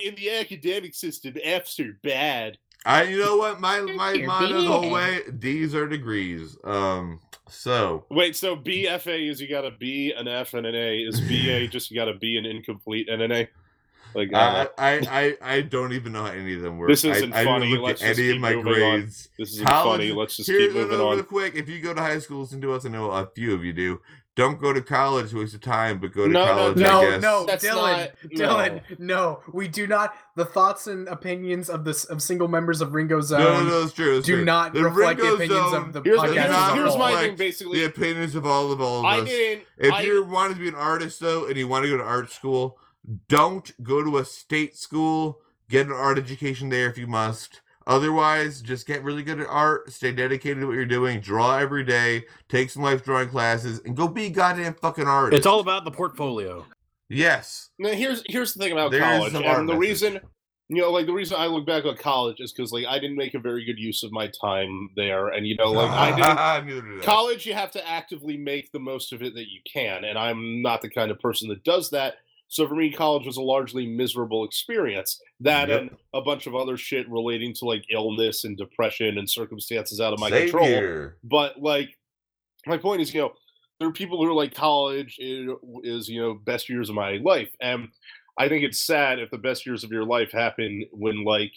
[SPEAKER 1] So-
[SPEAKER 4] in the academic system, F's are bad.
[SPEAKER 1] I you know what my my
[SPEAKER 3] Your
[SPEAKER 1] motto the whole
[SPEAKER 3] BA.
[SPEAKER 1] way. These are degrees. Um, so
[SPEAKER 4] Wait, so BFA is you got a B, an F, and an A. Is BA just you got a B, an incomplete, and an A? Like, uh,
[SPEAKER 1] I, I I I don't even know how any of them work.
[SPEAKER 4] This isn't
[SPEAKER 1] I, I
[SPEAKER 4] funny.
[SPEAKER 1] haven't looked
[SPEAKER 4] Let's
[SPEAKER 1] at
[SPEAKER 4] just
[SPEAKER 1] any of
[SPEAKER 4] keep
[SPEAKER 1] my
[SPEAKER 4] moving on.
[SPEAKER 1] grades.
[SPEAKER 4] this isn't
[SPEAKER 1] How
[SPEAKER 4] funny.
[SPEAKER 1] is-
[SPEAKER 4] Let's just
[SPEAKER 1] Here,
[SPEAKER 4] keep
[SPEAKER 1] no,
[SPEAKER 4] moving
[SPEAKER 1] no, real
[SPEAKER 4] on.
[SPEAKER 1] quick. If you go to high school, listen to us. I know a few of you do. Don't go to college, waste of time. But go to
[SPEAKER 4] No, no,
[SPEAKER 1] college. I
[SPEAKER 3] No,
[SPEAKER 1] guess.
[SPEAKER 3] no,
[SPEAKER 4] That's
[SPEAKER 3] Dylan,
[SPEAKER 4] not-
[SPEAKER 3] Dylan, no. we do not. The thoughts and opinions of this of single members of Ringo Zone
[SPEAKER 1] no, no, no. It's true. It's
[SPEAKER 3] do
[SPEAKER 1] true.
[SPEAKER 3] not
[SPEAKER 1] The
[SPEAKER 3] reflect
[SPEAKER 1] Ringo
[SPEAKER 3] the opinions
[SPEAKER 1] Zone-
[SPEAKER 3] of the
[SPEAKER 4] Here's,
[SPEAKER 1] the-
[SPEAKER 3] podcast.
[SPEAKER 4] here's,
[SPEAKER 3] as a
[SPEAKER 4] here's
[SPEAKER 3] whole.
[SPEAKER 4] my
[SPEAKER 1] Like,
[SPEAKER 4] thing, basically.
[SPEAKER 1] the opinions of all of all of
[SPEAKER 4] I
[SPEAKER 1] us.
[SPEAKER 4] didn't.
[SPEAKER 1] If
[SPEAKER 4] I,
[SPEAKER 1] you wanted to be an artist, though, and you want to go to art school, don't go to a state school. Get an art education there if you must. Otherwise, just get really good at art. Stay dedicated to what you're doing. Draw every day. Take some life drawing classes, and go be a goddamn fucking artist.
[SPEAKER 2] It's all about the portfolio.
[SPEAKER 1] yes.
[SPEAKER 4] Now, here's here's the thing about
[SPEAKER 1] There is
[SPEAKER 4] college,
[SPEAKER 1] some
[SPEAKER 4] and the
[SPEAKER 1] art
[SPEAKER 4] reason you know, like the reason I look back on college is because like I didn't make a very good use of my time there, and you know, like I didn't
[SPEAKER 1] Neither did I.
[SPEAKER 4] college you have to actively make the most of it that you can and i'm not the kind of person that does that so for me college was a largely miserable experience that
[SPEAKER 1] Yep.
[SPEAKER 4] and a bunch of other shit relating to like illness and depression and circumstances out of my
[SPEAKER 1] Same
[SPEAKER 4] control
[SPEAKER 1] here.
[SPEAKER 4] but like my point is you know there are people who are like college i- is you know best years of my life and i think it's sad if the best years of your life happen when like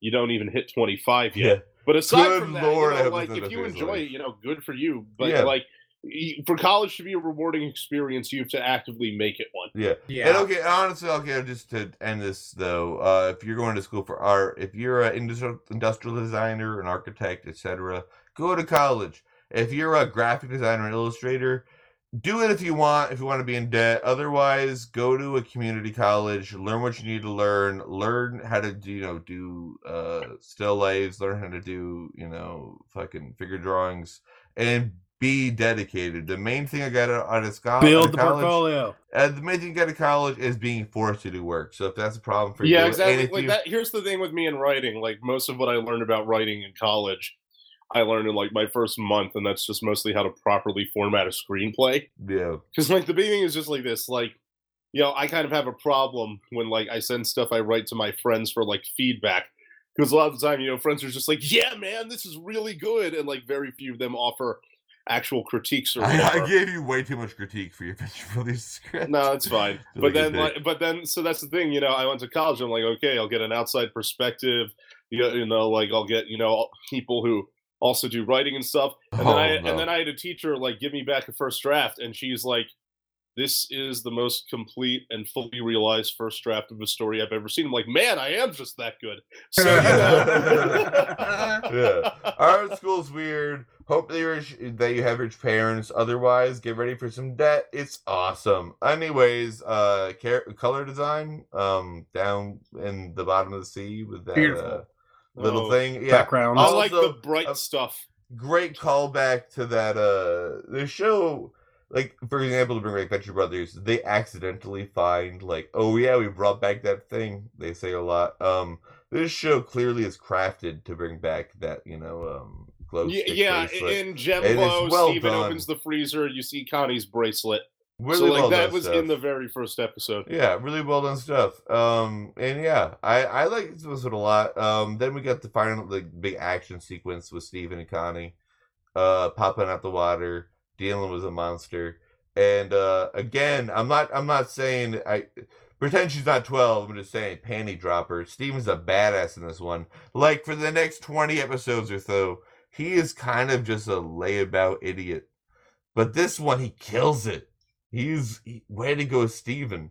[SPEAKER 4] you don't even hit 25 yet but aside
[SPEAKER 1] Good
[SPEAKER 4] from that,
[SPEAKER 1] Lord, I
[SPEAKER 4] you know,
[SPEAKER 1] hope
[SPEAKER 4] like
[SPEAKER 1] it's not
[SPEAKER 4] if
[SPEAKER 1] the
[SPEAKER 4] you
[SPEAKER 1] thing that's
[SPEAKER 4] enjoy
[SPEAKER 1] like-
[SPEAKER 4] it, you know, good for you. But
[SPEAKER 1] Yeah.
[SPEAKER 4] like y- for college to be a rewarding experience, you have to actively make it one.
[SPEAKER 1] Yeah.
[SPEAKER 3] yeah.
[SPEAKER 1] And okay, honestly, okay, just to end this though, uh, if you're going to school for art, if you're an industrial, industrial designer, an architect, etc., go to college. If you're a graphic designer and illustrator, do it if you want, if you want to be in debt. Otherwise, go to a community college, learn what you need to learn, learn how to, do, you know, do uh, still lifes, learn how to do, you know, fucking figure drawings, and be dedicated. The main thing I got out out of sco- out of Uh, college
[SPEAKER 2] Build the portfolio.
[SPEAKER 1] uh, the main thing you get to college is being forced to do work. So if that's a problem for you,
[SPEAKER 4] yeah,
[SPEAKER 1] and
[SPEAKER 4] exactly.
[SPEAKER 1] if
[SPEAKER 4] Like
[SPEAKER 1] you-
[SPEAKER 4] that. Here's the thing with me in writing. Like most of what I learned about writing in college, I learned in like my first month, and that's just mostly how to properly format a screenplay.
[SPEAKER 1] Yeah,
[SPEAKER 4] because like the beginning is just like this like you know i kind of have a problem when like i send stuff i write to my friends for like feedback because a lot of the time you know friends are just like yeah man this is really good and like very few of them offer actual critiques or
[SPEAKER 1] I,
[SPEAKER 4] whatever.
[SPEAKER 1] I gave you way too much critique for your picture for these scripts.
[SPEAKER 4] no it's fine
[SPEAKER 1] Feel
[SPEAKER 4] but
[SPEAKER 1] like a
[SPEAKER 4] then
[SPEAKER 1] dick.
[SPEAKER 4] like, but then so that's the thing you know i went to college i'm like okay i'll get an outside perspective you know, you know like i'll get you know people who also do writing and stuff and then,
[SPEAKER 1] Oh,
[SPEAKER 4] I,
[SPEAKER 1] no.
[SPEAKER 4] and then I had a teacher like give me back a first draft, and she's like, "This is the most complete and fully realized first draft of a story I've ever seen." I'm like, "Man, I am just that good." So, you know.
[SPEAKER 1] yeah, art school's weird. Hope that, you're, that you have rich parents. Otherwise, get ready for some debt. It's awesome. Anyways, uh, care, color design, um, down in the bottom of the sea with that uh,
[SPEAKER 3] Beautiful.
[SPEAKER 1] little
[SPEAKER 4] Oh.
[SPEAKER 1] thing. Yeah,
[SPEAKER 2] Background.
[SPEAKER 4] I like
[SPEAKER 1] Also,
[SPEAKER 4] the bright
[SPEAKER 1] uh,
[SPEAKER 4] stuff.
[SPEAKER 1] great callback to that uh the show like for example to bring back Venture Brothers, they accidentally find like, oh yeah, we brought back that thing they say a lot. Um this show clearly is crafted to bring back that you know um glow
[SPEAKER 4] Y-
[SPEAKER 1] stick
[SPEAKER 4] yeah,
[SPEAKER 1] bracelet.
[SPEAKER 4] in Gem
[SPEAKER 1] And it's
[SPEAKER 4] Glow,
[SPEAKER 1] well
[SPEAKER 4] Steven
[SPEAKER 1] done.
[SPEAKER 4] opens the freezer. You see Connie's bracelet.
[SPEAKER 1] really
[SPEAKER 4] so like
[SPEAKER 1] well
[SPEAKER 4] that
[SPEAKER 1] done
[SPEAKER 4] was
[SPEAKER 1] stuff.
[SPEAKER 4] in the very first episode.
[SPEAKER 1] yeah really well done stuff um and yeah i i like this episode a lot um then we got the final the big action sequence with Steven and connie uh popping out the water dealing with a monster and uh again i'm not i'm not saying i pretend she's not 12 i'm just saying panty dropper steven's a badass in this one like for the next 20 episodes or so he is kind of just a layabout idiot but this one he kills it he's he, way to go steven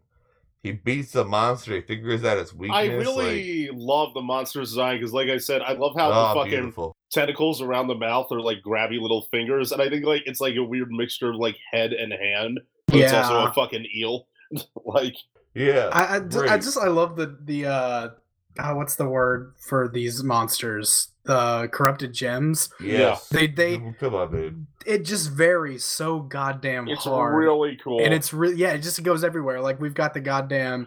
[SPEAKER 1] he beats the monster he figures out its weakness
[SPEAKER 4] I
[SPEAKER 1] like,
[SPEAKER 4] really love the monster's design because, like I said, I love how
[SPEAKER 1] oh,
[SPEAKER 4] the fucking
[SPEAKER 1] beautiful
[SPEAKER 4] tentacles around the mouth are like grabby little fingers, and I think like it's like a weird mixture of like head and hand, but it's also
[SPEAKER 3] Yeah.
[SPEAKER 4] a fucking eel. like
[SPEAKER 1] yeah
[SPEAKER 3] I, I, ju- I
[SPEAKER 1] great.
[SPEAKER 3] just I love the the uh, ah, what's the word for these monsters? The corrupted gems.
[SPEAKER 1] yes.
[SPEAKER 3] They they
[SPEAKER 1] come on dude
[SPEAKER 3] it just varies so goddamn
[SPEAKER 4] it's
[SPEAKER 3] hard.
[SPEAKER 4] really cool.
[SPEAKER 3] and it's really yeah, it just goes everywhere. Like we've got the goddamn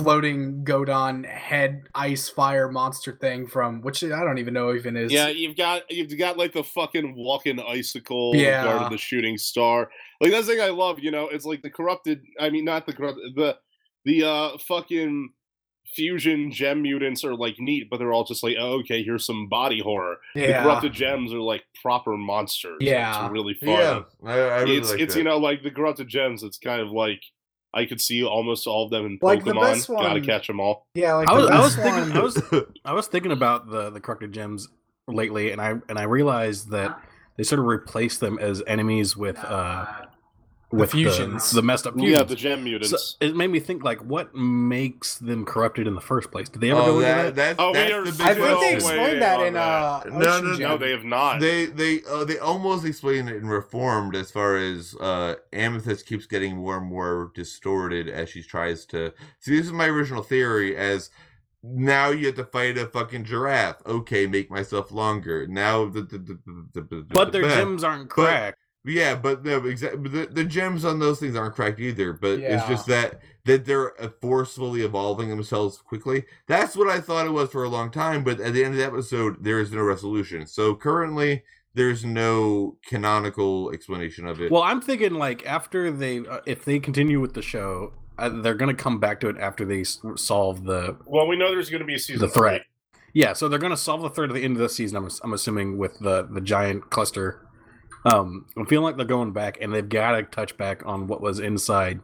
[SPEAKER 3] floating Godon head ice fire monster thing from which I don't even know even is.
[SPEAKER 4] yeah, you've got you've got like the fucking walking icicle,
[SPEAKER 3] Yeah.
[SPEAKER 4] Guard of the shooting star. Like that's the thing I love. You know, it's like the corrupted. I mean, not the corrupted. The the uh fucking fusion gem mutants are like neat, but they're all just like, oh, okay, here's some body horror. The
[SPEAKER 3] yeah.
[SPEAKER 4] corrupted gems are like proper monsters.
[SPEAKER 3] Yeah.
[SPEAKER 4] it's really fun.
[SPEAKER 1] yeah i, I really
[SPEAKER 4] it's
[SPEAKER 1] like
[SPEAKER 4] it's
[SPEAKER 1] that.
[SPEAKER 4] you know like the corrupted gems. It's kind of like I could see almost all of them in
[SPEAKER 3] Like, the
[SPEAKER 4] Pokemon.
[SPEAKER 3] best one-
[SPEAKER 4] Gotta catch them all.
[SPEAKER 3] yeah, like
[SPEAKER 2] I was,
[SPEAKER 3] the
[SPEAKER 2] I was
[SPEAKER 3] best
[SPEAKER 2] thinking
[SPEAKER 3] one-
[SPEAKER 2] I was I was thinking about the the corrected gems lately, and I and I realized that they sort of replaced them as enemies with uh with the-
[SPEAKER 3] fusions.
[SPEAKER 2] the, messed up fusions.
[SPEAKER 4] Yeah, the gem mutants.
[SPEAKER 2] So it made me think like, what makes them corrupted in the first place? Did they ever go
[SPEAKER 1] oh,
[SPEAKER 2] into
[SPEAKER 1] that,
[SPEAKER 2] that?
[SPEAKER 1] that's,
[SPEAKER 4] Oh, we
[SPEAKER 1] that's
[SPEAKER 4] are
[SPEAKER 1] the big
[SPEAKER 4] so
[SPEAKER 3] I think they
[SPEAKER 4] No
[SPEAKER 1] question.
[SPEAKER 4] way
[SPEAKER 3] explained that
[SPEAKER 4] on
[SPEAKER 3] in
[SPEAKER 4] that.
[SPEAKER 3] uh
[SPEAKER 1] No, no,
[SPEAKER 3] Ocean
[SPEAKER 1] no,
[SPEAKER 3] Gem.
[SPEAKER 4] no, they have not.
[SPEAKER 1] they they uh, they almost explain it in reformed as far as uh amethyst keeps getting more and more distorted as she tries to see this is my original theory as now you have to fight a fucking giraffe okay make myself longer now the, the, the, the, the
[SPEAKER 2] But their
[SPEAKER 1] the-
[SPEAKER 2] gems aren't
[SPEAKER 1] But-
[SPEAKER 2] cracked.
[SPEAKER 1] yeah but no exactly the, the gems on those things aren't cracked either but it's
[SPEAKER 3] Yeah.
[SPEAKER 1] just that that they're uh, forcefully evolving themselves quickly that's what i thought it was for a long time but at the end of the episode there is no resolution so currently there's no canonical explanation of it
[SPEAKER 2] Well, I'm thinking like after they, uh, if they continue with the show, uh, they're gonna come back to it after they s- solve the
[SPEAKER 4] Well, we know there's going to be a season
[SPEAKER 2] the threat. Yeah, so they're gonna solve the threat at the end of the season. I'm, ass- I'm assuming with the the giant cluster. Um, I'm feeling like they're going back, and they've got to touch back on what was inside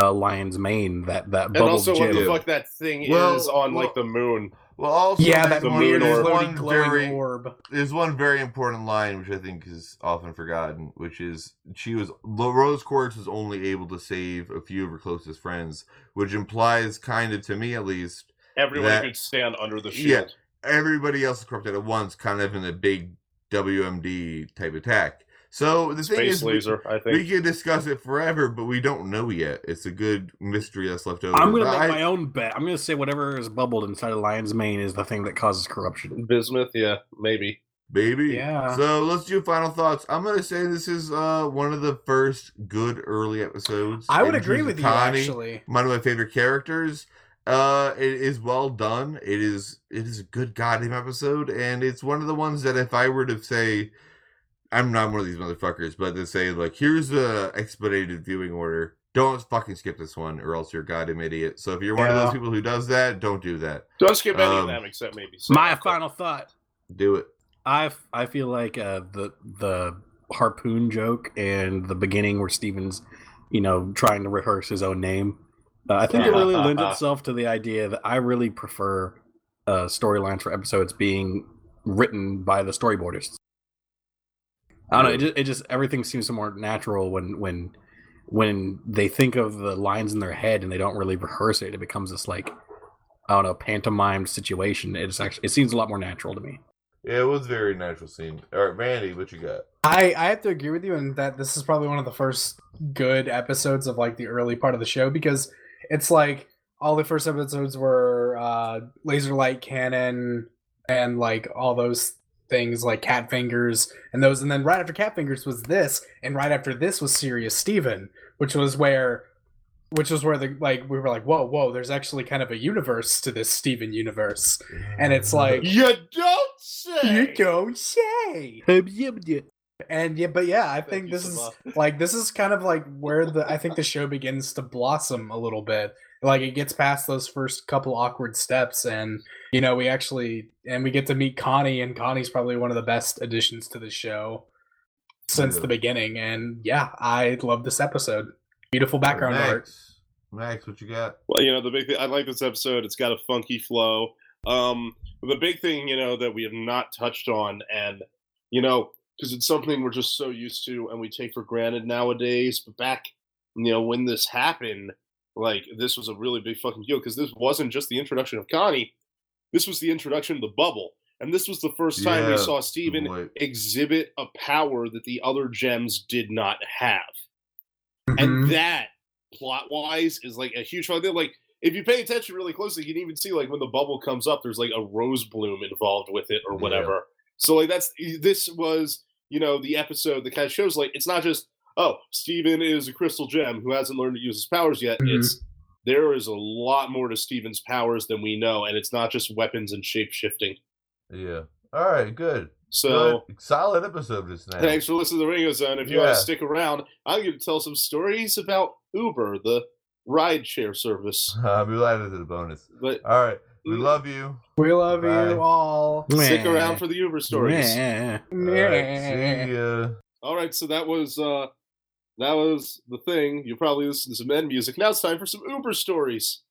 [SPEAKER 2] uh, Lion's mane that that
[SPEAKER 4] And
[SPEAKER 2] bubble
[SPEAKER 4] also, what the
[SPEAKER 1] gem.
[SPEAKER 4] fuck that thing
[SPEAKER 1] Well,
[SPEAKER 4] is on like
[SPEAKER 1] well-
[SPEAKER 4] the moon?
[SPEAKER 1] well also
[SPEAKER 3] yeah,
[SPEAKER 1] there's
[SPEAKER 3] that
[SPEAKER 4] the
[SPEAKER 1] one-
[SPEAKER 3] weird
[SPEAKER 1] there's
[SPEAKER 4] moon
[SPEAKER 3] floaty
[SPEAKER 1] one
[SPEAKER 3] glowing
[SPEAKER 1] very-
[SPEAKER 3] orb.
[SPEAKER 1] there's one very important line which I think is often forgotten, which is she was Lo- Rose Quartz was only able to save a few of her closest friends, which implies kind of to me at least
[SPEAKER 4] Everyone
[SPEAKER 1] That-
[SPEAKER 4] could stand under the
[SPEAKER 1] Yeah.
[SPEAKER 4] shield.
[SPEAKER 1] everybody else is corrupted at once, kind of in a big WMD type attack. So the thing
[SPEAKER 4] Space
[SPEAKER 1] is, we-
[SPEAKER 4] laser, I
[SPEAKER 1] We,
[SPEAKER 4] think.
[SPEAKER 1] can discuss it forever, but we don't know yet. It's a good mystery that's left over.
[SPEAKER 2] I'm gonna
[SPEAKER 1] But
[SPEAKER 2] make
[SPEAKER 1] I-
[SPEAKER 2] my own bet. I'm gonna say whatever is bubbled inside of lion's mane is the thing that causes corruption.
[SPEAKER 4] Bismuth, yeah, maybe.
[SPEAKER 1] baby.
[SPEAKER 3] Yeah.
[SPEAKER 1] So let's do final thoughts. I'm gonna say this is uh one of the first good early episodes.
[SPEAKER 3] I would
[SPEAKER 1] in terms
[SPEAKER 3] agree
[SPEAKER 1] of
[SPEAKER 3] with you
[SPEAKER 1] Connie,
[SPEAKER 3] actually.
[SPEAKER 1] One of my favorite characters. Uh, it is well done. It is it is a good goddamn episode, and it's one of the ones that if I were to say, I'm not one of these motherfuckers, but to say like, here's the expedited viewing order. Don't fucking skip this one, or else you're a goddamn idiot. So if you're one of
[SPEAKER 3] Yeah.
[SPEAKER 1] those people who does that, don't do that.
[SPEAKER 4] Don't skip any
[SPEAKER 1] Um,
[SPEAKER 4] of them except maybe.
[SPEAKER 2] My
[SPEAKER 4] Sarah.
[SPEAKER 2] final thought.
[SPEAKER 1] Do it.
[SPEAKER 2] I f- I feel like uh, the the harpoon joke and the beginning where Steven's, you know, trying to rehearse his own name. Uh, I think it really lends itself to the idea that I really prefer uh, storylines for episodes being written by the storyboarders. I don't know. It just, it just everything seems more natural when when when they think of the lines in their head and they don't really rehearse it. It becomes this like I don't know pantomimed situation. It's actually it seems a lot more natural to me.
[SPEAKER 1] Yeah, it was a very natural scene. All right, Randy, what you got?
[SPEAKER 3] I I have to agree with you in that this is probably one of the first good episodes of like the early part of the show because it's like all the first episodes were uh laser light cannon and like all those things like cat fingers and those and then right after cat fingers was this and right after this was serious steven which was where which was where the like we were like, whoa, whoa, there's actually kind of a universe to this Steven universe, and it's like
[SPEAKER 4] You don't say.
[SPEAKER 3] you don't say. And yeah, but yeah, I think this is like this is kind of like where the I think the show begins to blossom a little bit. Like it gets past those first couple awkward steps, and you know we actually and we get to meet Connie, and Connie's probably one of the best additions to the show since the
[SPEAKER 1] Yeah.
[SPEAKER 3] beginning. And yeah, I love this episode. Beautiful background art.
[SPEAKER 1] Max, Max, what you got?
[SPEAKER 4] Well, you know, the big thing, I like this episode. It's got a funky flow. Um, the big thing, you know, that we have not touched on, and, you know, because it's something we're just so used to and we take for granted nowadays. But back, you know, when this happened, like, this was a really big fucking deal because this wasn't just the introduction of Connie, this was the introduction of the bubble. And this was the first time
[SPEAKER 1] Yeah,
[SPEAKER 4] we saw Steven
[SPEAKER 1] Wait.
[SPEAKER 4] exhibit a power that the other gems did not have
[SPEAKER 3] Mhm.
[SPEAKER 1] Mm-hmm.
[SPEAKER 4] and that plot wise is like a huge fun thing. Like if you pay attention really closely, you can even see like when the bubble comes up, there's like a rose bloom involved with it or
[SPEAKER 1] Yeah.
[SPEAKER 4] whatever. So like that's this was you know the episode that kind of shows like it's not just oh Steven is a crystal gem who hasn't learned to use his powers yet.
[SPEAKER 3] Mhm.
[SPEAKER 4] It's there is a lot more to Steven's powers than we know, and it's not just weapons and shape shifting.
[SPEAKER 1] Yeah. All right. Good.
[SPEAKER 4] So.
[SPEAKER 1] Good. solid episode this night.
[SPEAKER 4] Thanks for listening to the Ringo Zone. If you want
[SPEAKER 1] Yeah.
[SPEAKER 4] to stick around, I'm going to tell some stories about Uber, the rideshare service.
[SPEAKER 1] Uh, we added to the bonus.
[SPEAKER 4] But
[SPEAKER 1] All right. We love you.
[SPEAKER 3] We love
[SPEAKER 1] Bye.
[SPEAKER 3] you all.
[SPEAKER 4] stick around for the Uber stories.
[SPEAKER 1] All right, see ya.
[SPEAKER 4] All right, so that was uh that was the thing. You probably listened to some end music. Now it's time for some Uber stories.